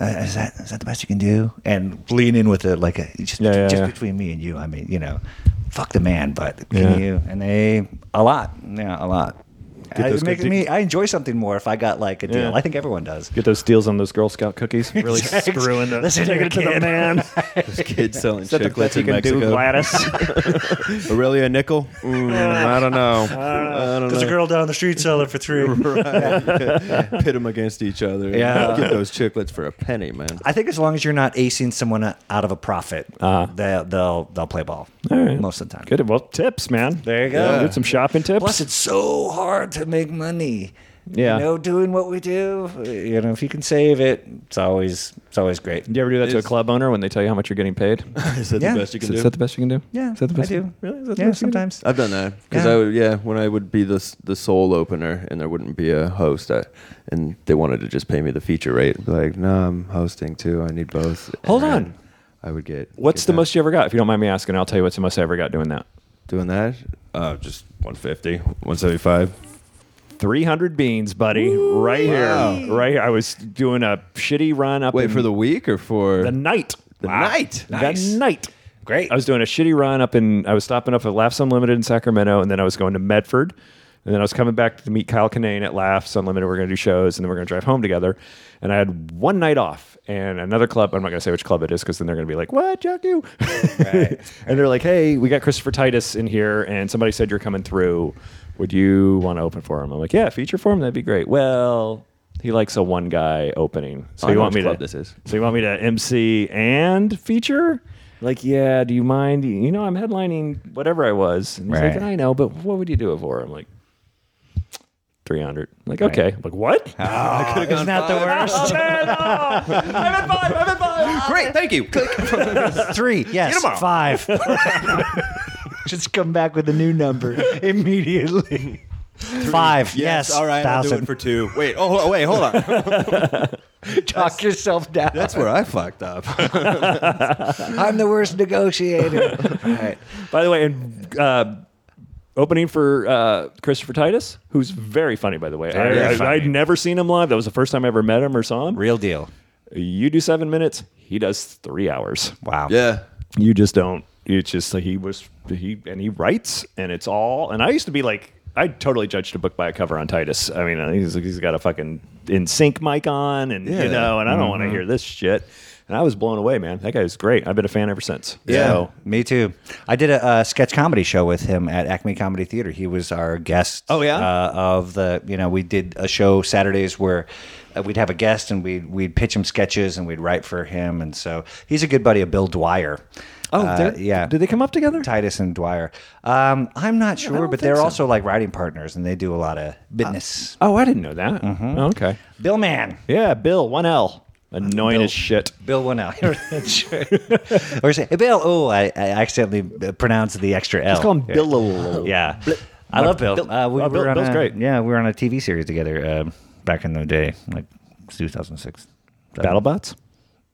Speaker 5: uh, is that is that the best you can do? And lean in with it like a just
Speaker 4: Yeah, yeah,
Speaker 5: just
Speaker 4: yeah.
Speaker 5: between me and you. I mean, you know, fuck the man, but can
Speaker 4: Yeah.
Speaker 5: you? And they a lot, yeah, a lot. I,
Speaker 4: those
Speaker 5: it makes
Speaker 4: good
Speaker 5: me I enjoy something more if I got like a deal.
Speaker 4: Yeah.
Speaker 5: I think everyone does.
Speaker 4: Get those deals on those Girl Scout cookies. Really?
Speaker 7: Screwing the
Speaker 5: Listen
Speaker 7: taking
Speaker 5: here,
Speaker 7: it to the
Speaker 5: kid.
Speaker 7: man.
Speaker 6: This kid selling
Speaker 4: that the
Speaker 6: chiclets
Speaker 4: best you
Speaker 6: in
Speaker 4: can do,
Speaker 6: Mexico.
Speaker 7: Gladys.
Speaker 6: Aurelia Nickel? Mm, I don't know. I don't
Speaker 7: There's a
Speaker 6: know.
Speaker 7: girl down the street selling for three.
Speaker 6: Pit them against each other.
Speaker 5: Yeah.
Speaker 6: Get those chiclets for a penny, man.
Speaker 5: I think as long as you're not acing someone out of a profit,
Speaker 4: Uh-huh.
Speaker 5: they'll, they'll they'll play ball most of the time.
Speaker 4: Good. Well, tips, man.
Speaker 5: There you go.
Speaker 4: Get some shopping tips.
Speaker 5: Plus, it's so hard to make money.
Speaker 4: Yeah.
Speaker 5: you know, doing what we do. You know, if you can save it, it's always it's always great.
Speaker 4: Do you ever do that to a
Speaker 6: It's-
Speaker 4: club owner when they tell you how much you're getting paid?
Speaker 6: Is that
Speaker 5: Yeah.
Speaker 6: the best you can
Speaker 4: Is,
Speaker 6: do?
Speaker 4: that the best you can do?
Speaker 5: Yeah,
Speaker 4: Is that the best
Speaker 5: I
Speaker 4: you
Speaker 5: do.
Speaker 4: can Really? Is that the
Speaker 5: Yeah,
Speaker 4: best you can do?
Speaker 5: sometimes.
Speaker 6: I've done that because
Speaker 5: Yeah.
Speaker 6: I would, yeah, when I would be the s- the sole opener and there wouldn't be a host, I, and they wanted to just pay me the feature rate. Be like, no, I'm hosting too. I need both. And
Speaker 4: Hold
Speaker 6: then
Speaker 4: on.
Speaker 6: I would get.
Speaker 4: What's
Speaker 6: get
Speaker 4: the
Speaker 6: that.
Speaker 4: most you ever got? If you don't mind me asking, I'll tell you what's the most I ever got doing that.
Speaker 6: doing that? Uh, just 150, 175.
Speaker 4: 300 beans, buddy. right here. Right here. I was doing a shitty run up
Speaker 6: Wait
Speaker 4: in
Speaker 6: for the week or for
Speaker 4: the night.
Speaker 6: The night? Nice.
Speaker 4: The night.
Speaker 5: Great.
Speaker 4: I was doing a shitty run up in, I was stopping up at Laughs Unlimited in Sacramento, and then I was going to Medford. And then I was coming back to meet Kyle Kinane at Laughs Unlimited. We're going to do shows, and then we're going to drive home together. And I had one night off, and another club. I'm not going to say which club it is because then they're going to be like, "What, Jack? You?" and they're like, "Hey, we got Christopher Titus in here, and somebody said you're coming through. Would you want to open for him?" I'm like, "Yeah, feature for him. That'd be great." Well, he likes a one guy opening, so
Speaker 6: I
Speaker 4: you
Speaker 6: know
Speaker 4: want
Speaker 6: which
Speaker 4: me
Speaker 6: club
Speaker 4: to
Speaker 6: this is.
Speaker 4: so you want me to MC and feature? Like, yeah, do you mind? You know, I'm headlining whatever I was. And he's
Speaker 5: Right.
Speaker 4: like, I know, but what would you do it for? I'm like, 300. I'm like, okay. I'm like, what?
Speaker 5: Isn't that the worst? oh.
Speaker 6: Great, thank you.
Speaker 5: Three, yes, five. Just come back with a new number immediately. Five, yes,
Speaker 6: all right. I'll do
Speaker 5: thousand.
Speaker 6: it for two. Wait, oh, oh, wait, hold on.
Speaker 5: Talk yourself down.
Speaker 6: That's where I fucked up.
Speaker 5: I'm the worst negotiator. All right.
Speaker 4: By the way, and uh, opening for uh, Christopher Titus, who's very funny, by the way.
Speaker 5: Very
Speaker 4: I,
Speaker 5: funny.
Speaker 4: I, would never seen him live. That was the first time I ever met him or saw him.
Speaker 5: Real deal.
Speaker 4: You do seven minutes, he does three hours.
Speaker 5: Wow.
Speaker 6: Yeah.
Speaker 4: you just don't it's just like he was he and he writes and it's all and i used to be like i totally judged a book by a cover on titus i mean uh, he's, he's got a fucking in sync mic on and
Speaker 6: Yeah.
Speaker 4: you know and i don't want to hear this shit and i was blown away man that guy was great i've been a fan ever since
Speaker 6: Yeah.
Speaker 4: So-
Speaker 5: Me too. I did a, uh sketch comedy show with him at Acme Comedy Theater. He was our guest.
Speaker 6: Oh, yeah?
Speaker 5: Uh, of the you know we did a show Saturdays where uh, we'd have a guest and we'd we'd pitch him sketches and we'd write for him and so he's a good buddy of Bill Dwyer.
Speaker 4: oh
Speaker 5: Uh,
Speaker 4: they're-
Speaker 5: yeah.
Speaker 4: did they come up together
Speaker 5: Titus and Dwyer. Um, I'm not sure, but they're
Speaker 4: think so.
Speaker 5: also like writing partners and they do a lot of business.
Speaker 4: oh i didn't know that oh, okay
Speaker 5: Bill Man.
Speaker 4: yeah bill 1l annoying as shit
Speaker 5: Bill went out. or say, hey, Bill. Oh, I, I accidentally pronounced the extra L.
Speaker 4: let's call him
Speaker 5: Yeah.
Speaker 4: bill
Speaker 5: Yeah. I love Bill. Uh, we
Speaker 4: Oh, Bill-
Speaker 5: were on
Speaker 4: Bill's
Speaker 5: a-
Speaker 4: great.
Speaker 5: Yeah, we were on a TV series together uh, back in the day, like 2006.
Speaker 4: battlebots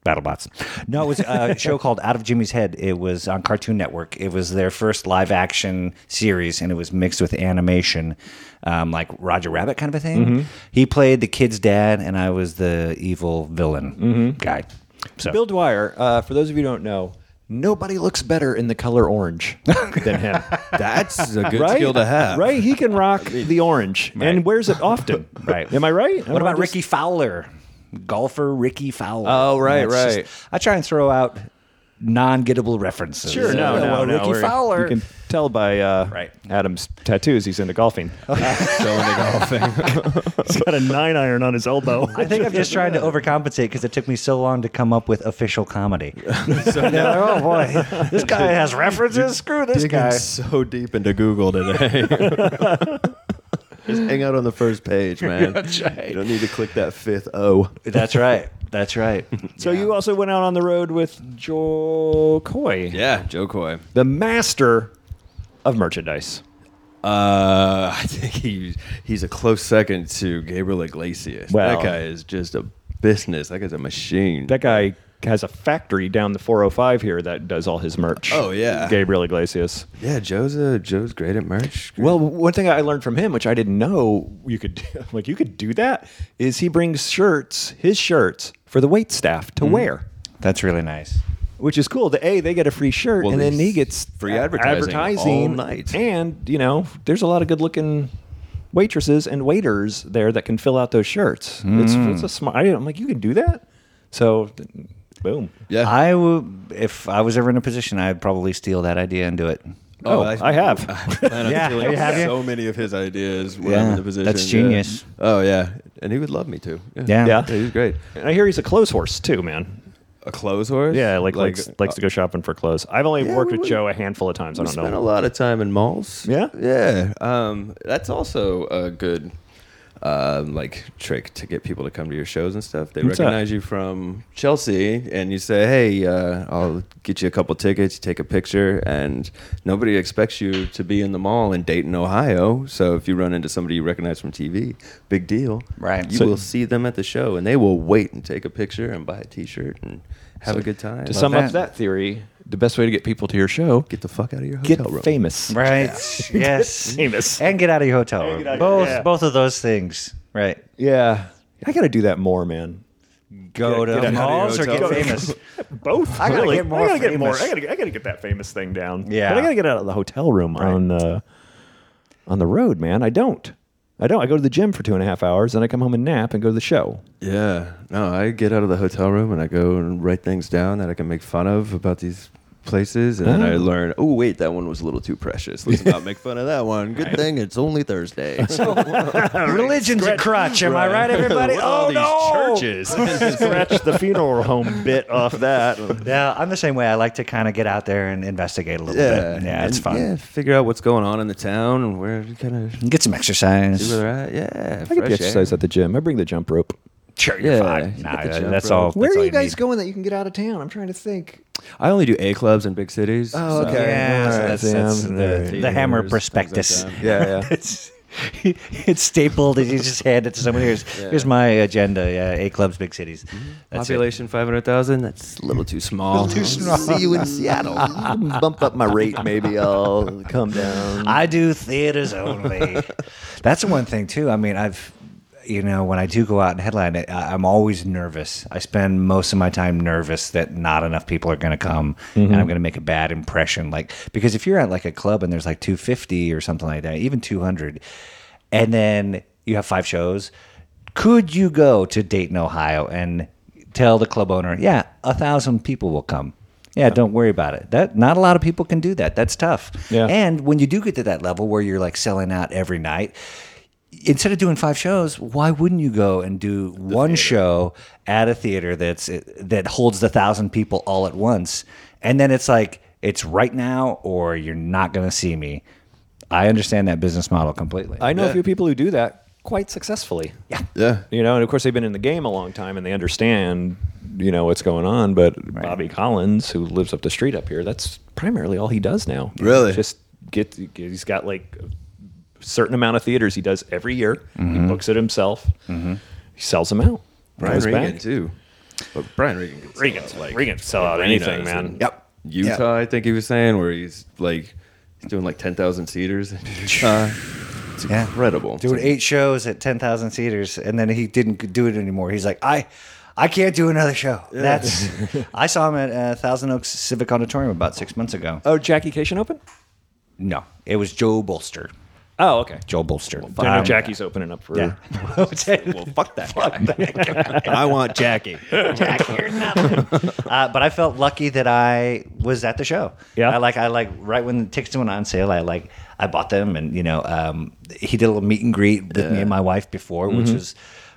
Speaker 5: BattleBots. No, it was a show called Out of Jimmy's Head. It was on Cartoon Network. It was their first live action series, and it was mixed with animation, um, like Roger Rabbit kind of a thing.
Speaker 4: Mm-hmm.
Speaker 5: He played the kid's dad, and I
Speaker 4: Mm-hmm.
Speaker 5: was the evil villain guy. So
Speaker 4: Bill Dwyer, uh, for those of you who don't know, Nobody looks better in the color orange than him.
Speaker 6: That's a good
Speaker 4: right?
Speaker 6: skill to have.
Speaker 4: Right? He can rock the orange and wears it often.
Speaker 5: Right.
Speaker 4: Am I right?
Speaker 5: What about Ricky Fowler? Golfer Ricky Fowler.
Speaker 4: Oh, right,
Speaker 5: That's
Speaker 4: right.
Speaker 5: I try and throw out non-gettable references.
Speaker 4: Sure, no,
Speaker 5: Uh,
Speaker 4: no,
Speaker 5: well,
Speaker 4: no,
Speaker 5: Ricky
Speaker 4: we're-
Speaker 5: Fowler.
Speaker 4: You can tell by uh,
Speaker 5: Right. Oh,
Speaker 4: Adam's tattoos he's into golfing.
Speaker 6: So into golfing.
Speaker 7: He's got a nine iron on his elbow.
Speaker 5: I think I'm just trying to overcompensate because it took me so long to come up with official comedy.
Speaker 6: So
Speaker 5: They're
Speaker 6: now
Speaker 5: like, oh boy, this guy has references. Screw this
Speaker 6: digging
Speaker 5: guy.
Speaker 6: so deep into Google today. Just hang out on the first page, man. You don't need to click that fifth O.
Speaker 5: That's right. That's right.
Speaker 4: So you also went out on the road with Joe Coy,
Speaker 6: Yeah, Joe Coy.
Speaker 4: the master of merchandise.
Speaker 6: Uh, I think he he's a close second to Gabriel Iglesias.
Speaker 4: Well-
Speaker 6: that guy is just a business. That guy's a machine.
Speaker 4: That guy has a factory down the 405 here that does all his merch.
Speaker 6: Oh, yeah.
Speaker 4: Gabriel Iglesias.
Speaker 6: yeah, Joe's a, Joe's great at merch.
Speaker 4: Well, one thing I learned from him, which I didn't know you could do, like you could do that, is he brings shirts, his shirts, for the wait staff to wear,
Speaker 5: That's really nice.
Speaker 4: which is cool. The a they get a free shirt,
Speaker 6: Well,
Speaker 4: and then
Speaker 6: they-
Speaker 4: he gets
Speaker 6: free advertising all
Speaker 4: advertising
Speaker 6: night.
Speaker 4: And you know, there's a lot of good looking waitresses and waiters there that can fill out those shirts. It's, it's a smart. I'm like, you can do that. So, th- boom.
Speaker 6: yeah.
Speaker 5: I w- if I was ever in a position, I'd probably steal that idea and do it.
Speaker 4: Oh, I have.
Speaker 6: plan on
Speaker 5: Yeah,
Speaker 6: stealing
Speaker 5: you have
Speaker 6: so many of his ideas when I'm
Speaker 5: Yeah,
Speaker 6: in the position.
Speaker 5: that's
Speaker 6: yeah.
Speaker 5: genius.
Speaker 6: Oh yeah, and he would love me to.
Speaker 5: Yeah.
Speaker 4: Yeah.
Speaker 6: he's great.
Speaker 4: And I hear he's a clothes horse too, man.
Speaker 6: A clothes horse.
Speaker 4: Yeah, like, likes likes to go shopping for clothes. I've only
Speaker 6: Yeah,
Speaker 4: worked
Speaker 6: we-
Speaker 4: with
Speaker 6: we-
Speaker 4: Joe a handful of times. I
Speaker 6: We
Speaker 4: don't
Speaker 6: spent
Speaker 4: know.
Speaker 6: a lot of time in malls.
Speaker 4: Yeah?
Speaker 6: yeah. Um, that's also a good, um, like trick to get people to come to your shows and stuff. They
Speaker 4: What's that?
Speaker 6: recognize you from Chelsea, and you say, "Hey, uh, I'll get you a couple tickets. You take a picture." And nobody expects you to be in the mall in Dayton, Ohio. So if you run into somebody you recognize from TV, big deal.
Speaker 5: Right.
Speaker 6: You
Speaker 5: So-
Speaker 6: will see them at the show, and they will wait and take a picture and buy a T-shirt and have a good time.
Speaker 4: To sum
Speaker 5: Love
Speaker 4: up
Speaker 5: that.
Speaker 4: that theory, the best way to get people to your show
Speaker 6: get the fuck out of your hotel
Speaker 4: get
Speaker 6: room.
Speaker 4: famous.
Speaker 5: Right. Yes.
Speaker 7: Famous.
Speaker 5: And get out of your hotel room.
Speaker 7: out of your-
Speaker 5: both
Speaker 7: yeah.
Speaker 5: both of those things. Right.
Speaker 4: Yeah, I got to do that more, man.
Speaker 5: Go
Speaker 6: out
Speaker 5: to
Speaker 6: of your
Speaker 5: malls or get
Speaker 6: hotel room.
Speaker 5: famous.
Speaker 7: Both.
Speaker 5: I gotta
Speaker 7: really.
Speaker 5: get more
Speaker 7: I gotta get more.
Speaker 5: famous.
Speaker 7: I gotta, get- I gotta get that famous thing down.
Speaker 5: Yeah.
Speaker 4: but I got to get out of the hotel room on uh, on the road, man. I don't. I don't. I go to the gym for two and a half hours, then I come home and nap and go to the show.
Speaker 6: Yeah. No, I get out of the hotel room and I go and write things down that I can make fun of about these places. And then I learn, oh, wait, that one was a little too precious. Let's not make fun of that one. Good thing it's only Thursday.
Speaker 5: Religion's a crutch. Am I right, everybody? oh no.
Speaker 7: churches. Scratch the funeral home bit off that.
Speaker 5: Yeah, I'm the same way. I like to kind of get out there and investigate a little
Speaker 6: yeah.
Speaker 5: bit. Yeah, it's
Speaker 6: And,
Speaker 5: fun.
Speaker 6: Yeah, figure out what's going on in the town and where you kind of
Speaker 5: Get some
Speaker 6: see
Speaker 5: exercise.
Speaker 6: where they're at. Yeah.
Speaker 4: I get the exercise at the gym. I bring the jump rope.
Speaker 5: Sure, you're
Speaker 6: Yeah,
Speaker 5: fine.
Speaker 6: you
Speaker 5: Nah,
Speaker 6: get the jump
Speaker 5: that's
Speaker 6: rope.
Speaker 5: all.
Speaker 4: Where
Speaker 5: that's
Speaker 4: are
Speaker 5: all
Speaker 4: you guys
Speaker 5: need.
Speaker 4: going that you can get out of town? I'm trying to think.
Speaker 6: I only do A clubs in big cities. Oh,
Speaker 4: okay.
Speaker 5: Yeah,
Speaker 4: All
Speaker 5: so
Speaker 4: right,
Speaker 5: that's, that's
Speaker 4: Sam.
Speaker 5: the, the hammer
Speaker 6: Theaters,
Speaker 5: prospectus.
Speaker 6: things like
Speaker 4: Yeah, yeah.
Speaker 5: it's, it's stapled. and You just hand it to someone. Here's, here's my agenda. Yeah, A clubs, big cities. That's it.
Speaker 6: Mm-hmm. Population 500,000? That's a little too small. too small.
Speaker 1: See you in Seattle. Bump up my rate, maybe I'll come down.
Speaker 5: I do theaters only. That's the one thing too. I mean, I've you know when I do go out and headline it, I- I'm always nervous. I spend most of my time nervous that not enough people are going to come and I'm going to make a bad impression. Like because if you're at like a club and there's like 250 or something like that, even 200, and then you have five shows, could you go to Dayton, Ohio, and tell the club owner, yeah, a thousand people will come. Yeah, don't worry about it. That not a lot of people can do that. That's tough.
Speaker 4: Yeah.
Speaker 5: And when you do get to that level where you're like selling out every night, instead of doing five shows, why wouldn't you go and do one show at a theater that's that holds the thousand people all at once? And then it's like it's right now, or you're not going to see me. I understand that business model completely.
Speaker 4: I know a few people who do that quite successfully. Yeah.
Speaker 6: Yeah.
Speaker 4: You know, and of course they've been in the game a long time and they understand, you know, what's going on. But Bobby Collins, who lives up the street up here, that's primarily all he does now.
Speaker 6: Really?
Speaker 4: Just get he's got like a certain amount of theaters he does every year. He books it himself. He sells them out.
Speaker 6: Brian
Speaker 4: goes
Speaker 6: Regan,
Speaker 4: back.
Speaker 6: too. But Brian Regan gets
Speaker 7: Regan,
Speaker 6: like,
Speaker 7: Regan, sell out
Speaker 6: arenas
Speaker 7: anything, man.
Speaker 6: in Utah, I think he was saying, where he's like he's doing like ten thousand seaters in Utah. It's
Speaker 5: Yeah.
Speaker 6: incredible.
Speaker 5: doing eight shows at 10,000 seaters and then he didn't do it anymore. He's like, I I can't do another show. That's. I saw him at uh, Thousand Oaks Civic Auditorium about six months ago.
Speaker 4: Oh, Jackie Cation open?
Speaker 5: No, it was Joe Bolster.
Speaker 4: Oh, okay.
Speaker 5: Joe Bolster.
Speaker 4: I know
Speaker 5: Um,
Speaker 4: Jackie's opening up for.
Speaker 5: Yeah. well, fuck that. Fuck that.
Speaker 6: I want Jackie.
Speaker 5: uh, but I felt lucky that I was at the show.
Speaker 4: Yeah.
Speaker 5: I like I like right when the tickets went on sale. I like I bought them, and you know, um, he did a little meet and greet with me and my wife before, which was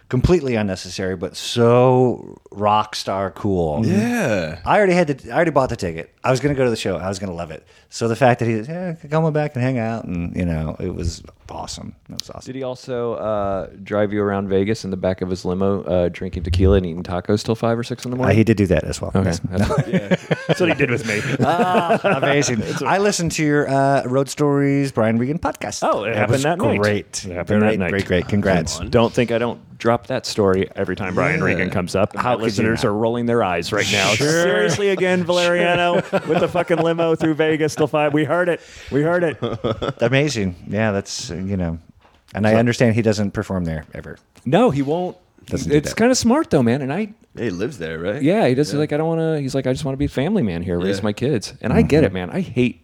Speaker 5: completely unnecessary, but so rock star cool.
Speaker 6: Yeah.
Speaker 5: I already had the, I already bought the ticket. I was going to go to the show. I was going to love it. So the fact that he was yeah, come on back and hang out, and you know, it was awesome. That was awesome.
Speaker 4: Did he also uh, drive you around Vegas in the back of his limo, uh, drinking tequila and eating tacos till five or six in the
Speaker 5: Uh,
Speaker 4: morning?
Speaker 5: he did do that as well. Yes.
Speaker 7: That's what he did with me.
Speaker 5: Ah, Amazing. I listened to your uh, Road Stories Brian Regan podcast.
Speaker 4: Oh, it happened
Speaker 5: was
Speaker 4: that night.
Speaker 5: Great.
Speaker 7: It happened that
Speaker 5: Great,
Speaker 7: night.
Speaker 5: Great, great. Congrats.
Speaker 4: Don't think I don't drop that story every time Brian Regan comes up. Our listeners
Speaker 5: not?
Speaker 4: are rolling their eyes right now. Seriously, again, Valeriano with the fucking limo through Vegas till five. We heard it. We heard it.
Speaker 5: Amazing. Yeah, that's, uh, you know, and I understand he doesn't perform there ever.
Speaker 4: No, he won't.
Speaker 5: Doesn't do
Speaker 4: it's
Speaker 5: that.
Speaker 4: kind of smart though, man. And I,
Speaker 6: He lives there, right?
Speaker 4: yeah, he does. Like I don't want to. He's like I just want to be a family man here, raise
Speaker 6: Yeah.
Speaker 4: my kids. And I
Speaker 5: Mm-hmm.
Speaker 4: get it, man. I hate.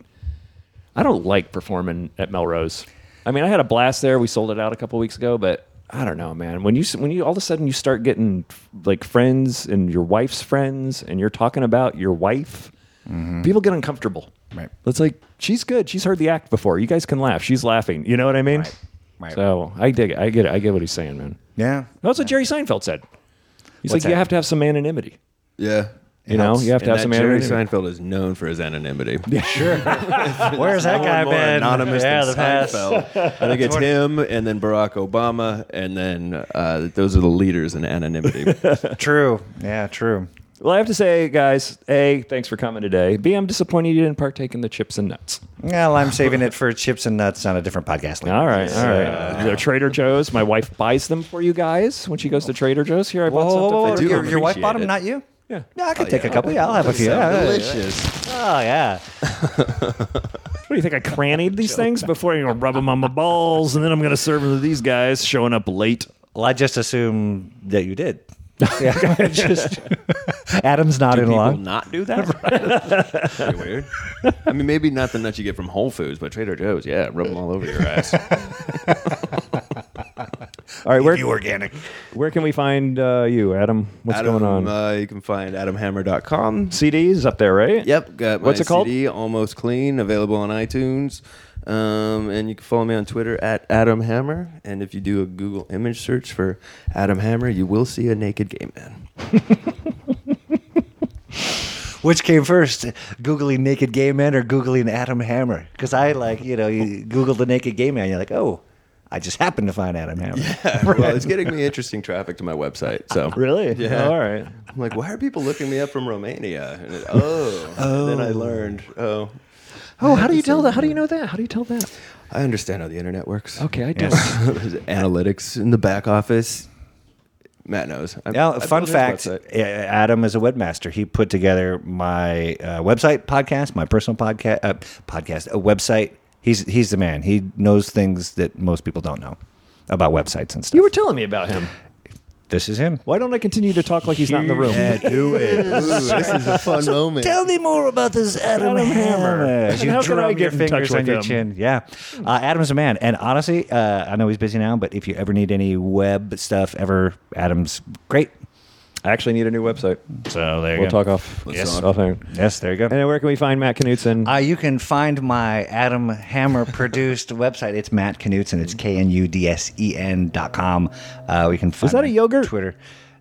Speaker 4: I don't like performing at Melrose. I mean, I had a blast there. We sold it out a couple weeks ago, but I don't know, man. When you s- when you all of a sudden you start getting like friends and your wife's friends, and you're talking about your wife,
Speaker 5: Mm-hmm.
Speaker 4: people get uncomfortable.
Speaker 5: Right.
Speaker 4: It's like she's good. She's heard the act before. You guys can laugh. She's laughing. You know what I mean?
Speaker 5: Right. Right.
Speaker 4: So I dig it. I get it. I get what he's saying, man.
Speaker 5: Yeah.
Speaker 4: That's what Jerry Seinfeld said. He's
Speaker 5: What's
Speaker 4: like, you
Speaker 5: that?
Speaker 4: have to have some anonymity.
Speaker 6: Yeah.
Speaker 4: You know, you have to have
Speaker 6: And that
Speaker 4: some
Speaker 6: Jerry
Speaker 4: anonymity.
Speaker 6: Seinfeld is known for his anonymity.
Speaker 5: Where's that guy
Speaker 6: more
Speaker 5: been?
Speaker 6: anonymous
Speaker 5: yeah,
Speaker 6: than
Speaker 5: the past.
Speaker 6: Seinfeld. I think it's him, and then Barack Obama, and then uh, those are the leaders in anonymity.
Speaker 5: True. Yeah, true.
Speaker 4: well, I have to say, guys, A, thanks for coming today. B, I'm disappointed you didn't partake in the chips and nuts.
Speaker 5: Well, I'm saving it for chips and nuts on a different podcast. later.
Speaker 4: All right, all right. They're Trader Joe's. My wife buys them for you guys when she goes to Trader Joe's. Here, I
Speaker 5: Whoa,
Speaker 4: bought
Speaker 5: whoa, whoa,
Speaker 4: something.
Speaker 5: whoa.
Speaker 6: I do
Speaker 5: Your, your wife
Speaker 6: appreciate
Speaker 5: bought them,
Speaker 6: it.
Speaker 5: not you?
Speaker 4: Yeah.
Speaker 5: Yeah, I could take a couple. Yeah, I'll have a few. Yeah, yeah, yeah.
Speaker 6: Delicious.
Speaker 5: Oh, yeah.
Speaker 7: What do you think? I crannied these things before I'm gonna rub them on my balls, and then I'm gonna serve them to these guys showing up late.
Speaker 5: Well, I just assume that you did. Yeah, just Adam's nodding
Speaker 6: People
Speaker 5: along.
Speaker 6: not do that. That's pretty weird. I mean, maybe not the nuts you get from Whole Foods, but Trader Joe's. Yeah, rub them all over your ass.
Speaker 4: All right, where,
Speaker 5: You organic.
Speaker 4: where can we find uh, you, Adam? What's
Speaker 6: Adam,
Speaker 4: going on?
Speaker 6: Uh, you can find adamhammer.com.
Speaker 4: CDs up there, right?
Speaker 6: Yep, got my
Speaker 4: What's it called?
Speaker 6: CD Almost Clean, available on iTunes. Um, and you can follow me on Twitter at Adam Hammer. And if you do a Google image search for Adam Hammer, you will see a naked gay man.
Speaker 5: Which came first, googling naked gay men or googling Adam Hammer? Because I like, you know, you Google the naked gay man, you're like, oh, I just happened to find Adam Hammer.
Speaker 6: Well, it's getting me interesting traffic to my website. So
Speaker 4: Really?
Speaker 6: Yeah.
Speaker 4: All right.
Speaker 6: I'm like, why are people looking me up from Romania? And it, oh, then I learned. Oh,
Speaker 4: Oh, how do you tell that? How do you know that? How do you tell that?
Speaker 6: I understand how the internet works.
Speaker 4: Okay, I do.
Speaker 6: There's analytics in the back office. Matt knows. I- I
Speaker 5: Now,
Speaker 6: built
Speaker 5: fun
Speaker 6: his
Speaker 5: fact:
Speaker 6: website.
Speaker 5: A- Adam is a webmaster. He put together my uh, website podcast, my personal podcast, uh, podcast, a website. He's he's the man. He knows things that most people don't know about websites and stuff.
Speaker 4: You were telling me about him.
Speaker 5: this is him.
Speaker 4: Why don't I continue to talk like he's not in the room?
Speaker 6: do it. Ooh, this is a fun moment.
Speaker 5: Tell me more about this Adam, Hammer. As
Speaker 7: And how
Speaker 5: you
Speaker 7: can I
Speaker 5: drum your
Speaker 7: get in touch
Speaker 5: fingers on
Speaker 7: with
Speaker 5: your
Speaker 7: him?
Speaker 5: chin. Yeah. Uh, Adam's a man. And honestly, uh, I know he's busy now, but if you ever need any web stuff ever, Adam's great.
Speaker 4: I actually need a new website.
Speaker 5: So Oh, there you
Speaker 4: We'll
Speaker 5: go.
Speaker 4: talk off.
Speaker 5: Yes.
Speaker 4: off air.
Speaker 5: Yes, there you go.
Speaker 4: And then where can we find Matt Knutson?
Speaker 5: Uh, you can find my Adam Hammer produced website. It's Matt Knutson. It's K N U D S E N dot com. Uh, we can find
Speaker 4: that a
Speaker 5: me on
Speaker 4: yogurt?
Speaker 5: Twitter.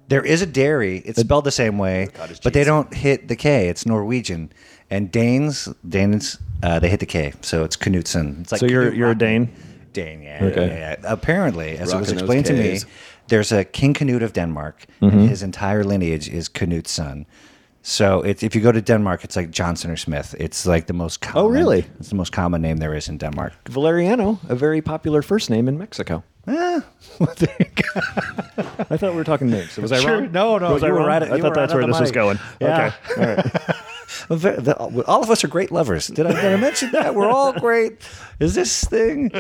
Speaker 5: There is a dairy. It's spelled the same way, but they don't hit the K. It's Norwegian. And Danes, Danes, uh, they hit the K. So it's Knutson. It's like
Speaker 7: So you're
Speaker 5: Knut
Speaker 7: you're a
Speaker 5: Rock-
Speaker 7: Dane.
Speaker 5: Dane, yeah.
Speaker 4: Okay.
Speaker 5: yeah, yeah. Apparently, as it was
Speaker 6: Rocking those
Speaker 5: explained to me,
Speaker 6: Ks.
Speaker 5: there's a King Canute of Denmark, and his entire lineage is Canute's son. So it, if you go to Denmark, it's like Johnson or Smith. It's like the most common.
Speaker 4: really?
Speaker 5: It's the most common name there is in Denmark.
Speaker 4: Valeriano, a very popular first name in Mexico. I thought we were talking names. Was I
Speaker 5: Sure.
Speaker 4: wrong?
Speaker 5: No, no.
Speaker 7: Was I
Speaker 5: you were
Speaker 7: wrong?
Speaker 5: right.
Speaker 7: I
Speaker 5: you
Speaker 7: thought
Speaker 5: were
Speaker 7: that's
Speaker 5: right
Speaker 7: where
Speaker 5: on
Speaker 7: this
Speaker 5: the
Speaker 7: was
Speaker 5: mic.
Speaker 7: going.
Speaker 5: Yeah.
Speaker 7: Okay.
Speaker 5: Well, ve- Oh, the- all of us are great lovers. Did I, did I mention that? We're all great. Is this thing?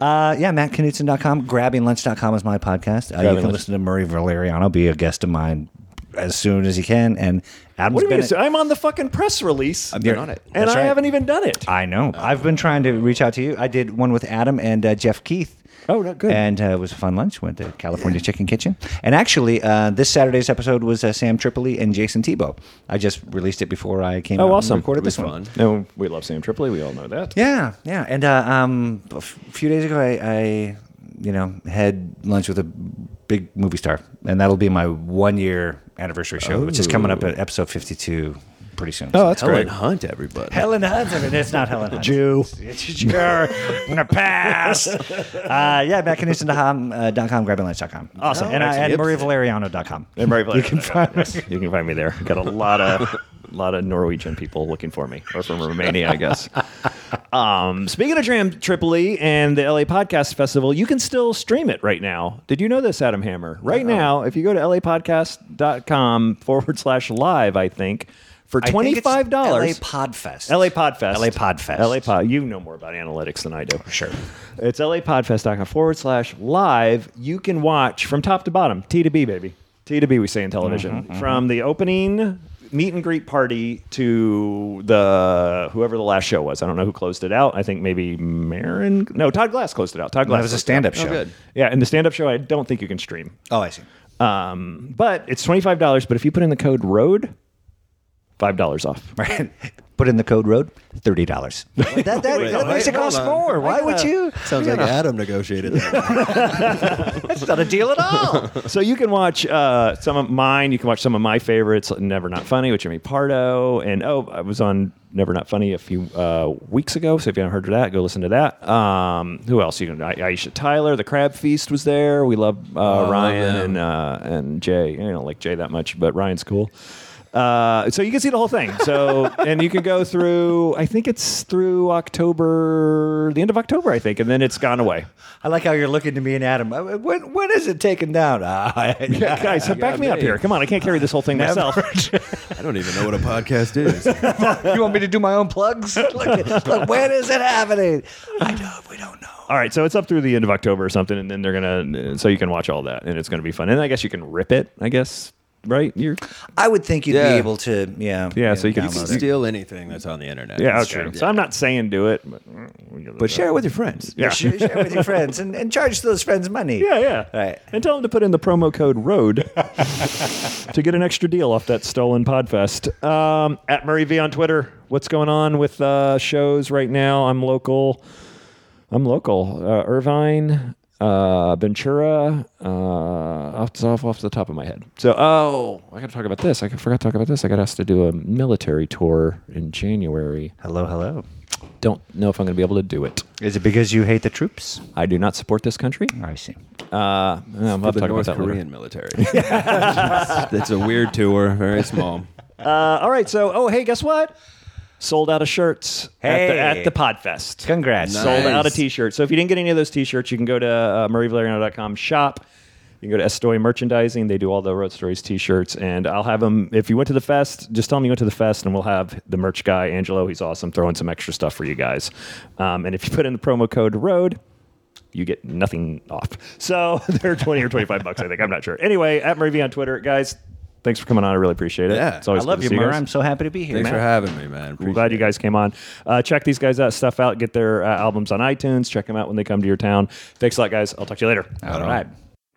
Speaker 5: Uh, yeah, mattknudsen.com. Grabbinglunch.com is my podcast. Uh, you can
Speaker 4: Lunch.
Speaker 5: listen to Murray Valeriano be a guest of mine as soon as he can. And Adam's
Speaker 4: What do you
Speaker 5: been.
Speaker 4: mean? So I'm on the fucking press release.
Speaker 5: You're-
Speaker 4: And
Speaker 5: That's
Speaker 4: I
Speaker 5: right.
Speaker 4: haven't even done it.
Speaker 5: I know. I've been trying to reach out to you. I did one with Adam and uh, Jeff Keith.
Speaker 4: Oh, no, good.
Speaker 5: And uh, it was a fun lunch. Went to California Chicken Kitchen. And actually, uh, this Saturday's episode was uh, Sam Tripoli and Jason Tebow. I just released it before I came
Speaker 4: Oh,
Speaker 5: out and
Speaker 4: awesome.
Speaker 5: recorded
Speaker 4: It
Speaker 5: this
Speaker 6: was
Speaker 5: one.
Speaker 6: fun.
Speaker 4: No, we love Sam Tripoli. We all know that.
Speaker 5: Yeah, yeah. And uh, um, a f- few days ago, I, I, you know, had lunch with a big movie star, and that'll be my one year anniversary show, which is coming up at episode fifty two pretty soon.
Speaker 4: Oh, that's
Speaker 6: Helen
Speaker 4: great.
Speaker 6: Hunt, everybody.
Speaker 5: Helen Hunt. I mean, it's not Helen Hunt.
Speaker 4: Jew.
Speaker 5: It's sure. I'm gonna pass. Uh, yeah, mackination.com, uh, dot com, grabbinglunch.com. Awesome. and I and mariavaleriano.com.
Speaker 7: And Mary Blair.
Speaker 5: You can find me.
Speaker 7: You can find me there. Got a lot of lot of Norwegian people looking for me, or from Romania, I guess.
Speaker 4: Um, speaking of Tram Tripoli and the LA Podcast Festival, you can still stream it right now. Did you know this, Adam Hammer? Right now, if you go to lapodcast.com forward slash live, I think, for
Speaker 5: I
Speaker 4: $25.
Speaker 5: think it's LA Podfest.
Speaker 4: LA Podfest.
Speaker 5: LA Podfest.
Speaker 4: LA Pod. You know more about analytics than I do.
Speaker 5: Sure.
Speaker 4: It's lapodfest.com forward slash live. You can watch from top to bottom, T to B, baby. T to B, we say in television.
Speaker 5: Mm-hmm,
Speaker 4: From the opening meet and greet party to the whoever the last show was. I don't know who closed it out. I think maybe Marin. No, Todd Glass closed it out. Todd Glass.
Speaker 5: That was
Speaker 4: closed
Speaker 5: a
Speaker 4: it out.
Speaker 5: stand up show.
Speaker 6: good.
Speaker 4: Yeah, and the stand up show, I don't think you can stream.
Speaker 5: Oh, I see.
Speaker 4: Um, but it's $25. But if you put in the code ROAD, $5 off.
Speaker 5: Right. Put in the code road, thirty dollars. That, that, that makes it cost more. Why would you?
Speaker 6: Sounds like Adam negotiated that.
Speaker 5: It's not a deal at all.
Speaker 4: So you can watch uh, some of mine. You can watch some of my favorites, Never Not Funny with Jimmy Pardo, and oh, I was on Never Not Funny a few uh, weeks ago. So if you haven't heard of that, go listen to that. Um, who else? You can I- Aisha Tyler. The Crab Feast was there. We love uh, Ryan and uh, and Jay. I don't like Jay that much, but Ryan's cool. Uh, so you can see the whole thing. So and you can go through. I think it's through October, the end of October, I think, and then it's gone away.
Speaker 5: I like how you're looking to me and Adam. Uh, When when is it taken down? Uh,
Speaker 4: Guys, back me up here. Come on, I can't carry this whole thing myself.
Speaker 6: I don't even know what a podcast is.
Speaker 5: you want me to do my own plugs? Look, look, when is it happening? I don't. We don't know.
Speaker 4: All right, so it's up through the end of October or something, and then they're gonna so you can watch all that, and it's gonna be fun. And I guess you can rip it. I guess right? You're
Speaker 5: I would think you'd
Speaker 6: Yeah.
Speaker 5: be able to. Yeah.
Speaker 4: Yeah, so you can-
Speaker 6: You can
Speaker 5: download it.
Speaker 6: steal anything that's on the internet.
Speaker 4: yeah,
Speaker 6: That's
Speaker 4: okay.
Speaker 6: true.
Speaker 4: So I'm not saying do it, but,
Speaker 6: But share it with your friends.
Speaker 4: Yeah,
Speaker 5: Share, share with your friends and, and charge those friends money.
Speaker 4: yeah, yeah.
Speaker 5: Right.
Speaker 4: And tell them to put in the promo code ROAD to get an extra deal off that stolen Podfest. Um, at Murray V on Twitter. What's going on with uh, shows right now? I'm local. I'm local. Uh, Irvine, uh, Ventura, uh, off, off off the top of my head. So, oh, I got to talk about this. I forgot to talk about this. I got asked to do a military tour in January.
Speaker 5: Hello, hello.
Speaker 4: Don't know if I'm going to be able to do it.
Speaker 5: Is it because you hate the troops?
Speaker 4: I do not support this country.
Speaker 5: I see.
Speaker 4: Uh, I'll
Speaker 6: Ah. For
Speaker 4: have to
Speaker 6: the
Speaker 4: talk about
Speaker 6: North
Speaker 4: that later.
Speaker 6: Korean military. That's a weird tour, very small.
Speaker 4: Uh, all right, so oh hey, guess what? Sold out of shirts
Speaker 5: Hey.
Speaker 4: at, the, at the Podfest.
Speaker 5: Congrats.
Speaker 6: Nice.
Speaker 4: Sold out of t-shirts. So if you didn't get any of those t-shirts, you can go to uh, marievaleriano.com shop. You can go to Estoy Merchandising. They do all the Road Stories t-shirts, and I'll have them. If you went to the fest, just tell them you went to the fest, and we'll have the merch guy Angelo. He's awesome. Throwing some extra stuff for you guys. Um, and if you put in the promo code Road. You get nothing off. So they're 20 or 25 bucks, I think. I'm not sure. Anyway, at Marie V on Twitter. Guys, thanks for coming on. I really appreciate it.
Speaker 6: Yeah.
Speaker 4: It's always
Speaker 5: I love
Speaker 4: good
Speaker 5: you,
Speaker 4: to see
Speaker 5: Mur.
Speaker 4: guys.
Speaker 5: I'm so happy to be here.
Speaker 6: Thanks
Speaker 5: man.
Speaker 6: for having me, man. Appreciate
Speaker 4: I'm glad you
Speaker 6: it.
Speaker 4: guys came on. Uh, check these guys out, stuff out, get their uh, albums on iTunes, check them out when they come to your town. Thanks a lot, guys. I'll talk to you later.
Speaker 5: All right.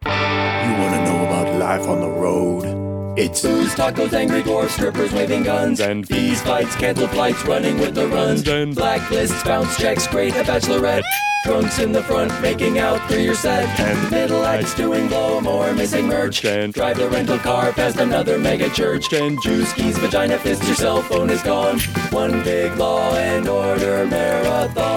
Speaker 8: You want to know about life on the road? It's
Speaker 2: Booze, tacos, angry dwarfs, strippers waving guns, and bees, fights, cancel flights, running with the runs, and blacklists, bounce checks, great, a bachelorette, drunks in the front, making out through your set, and middle acts doing blow more, missing merch, and drive the rental car past another mega church, and juice keys, vagina fist, your cell phone is gone, one big law and order marathon.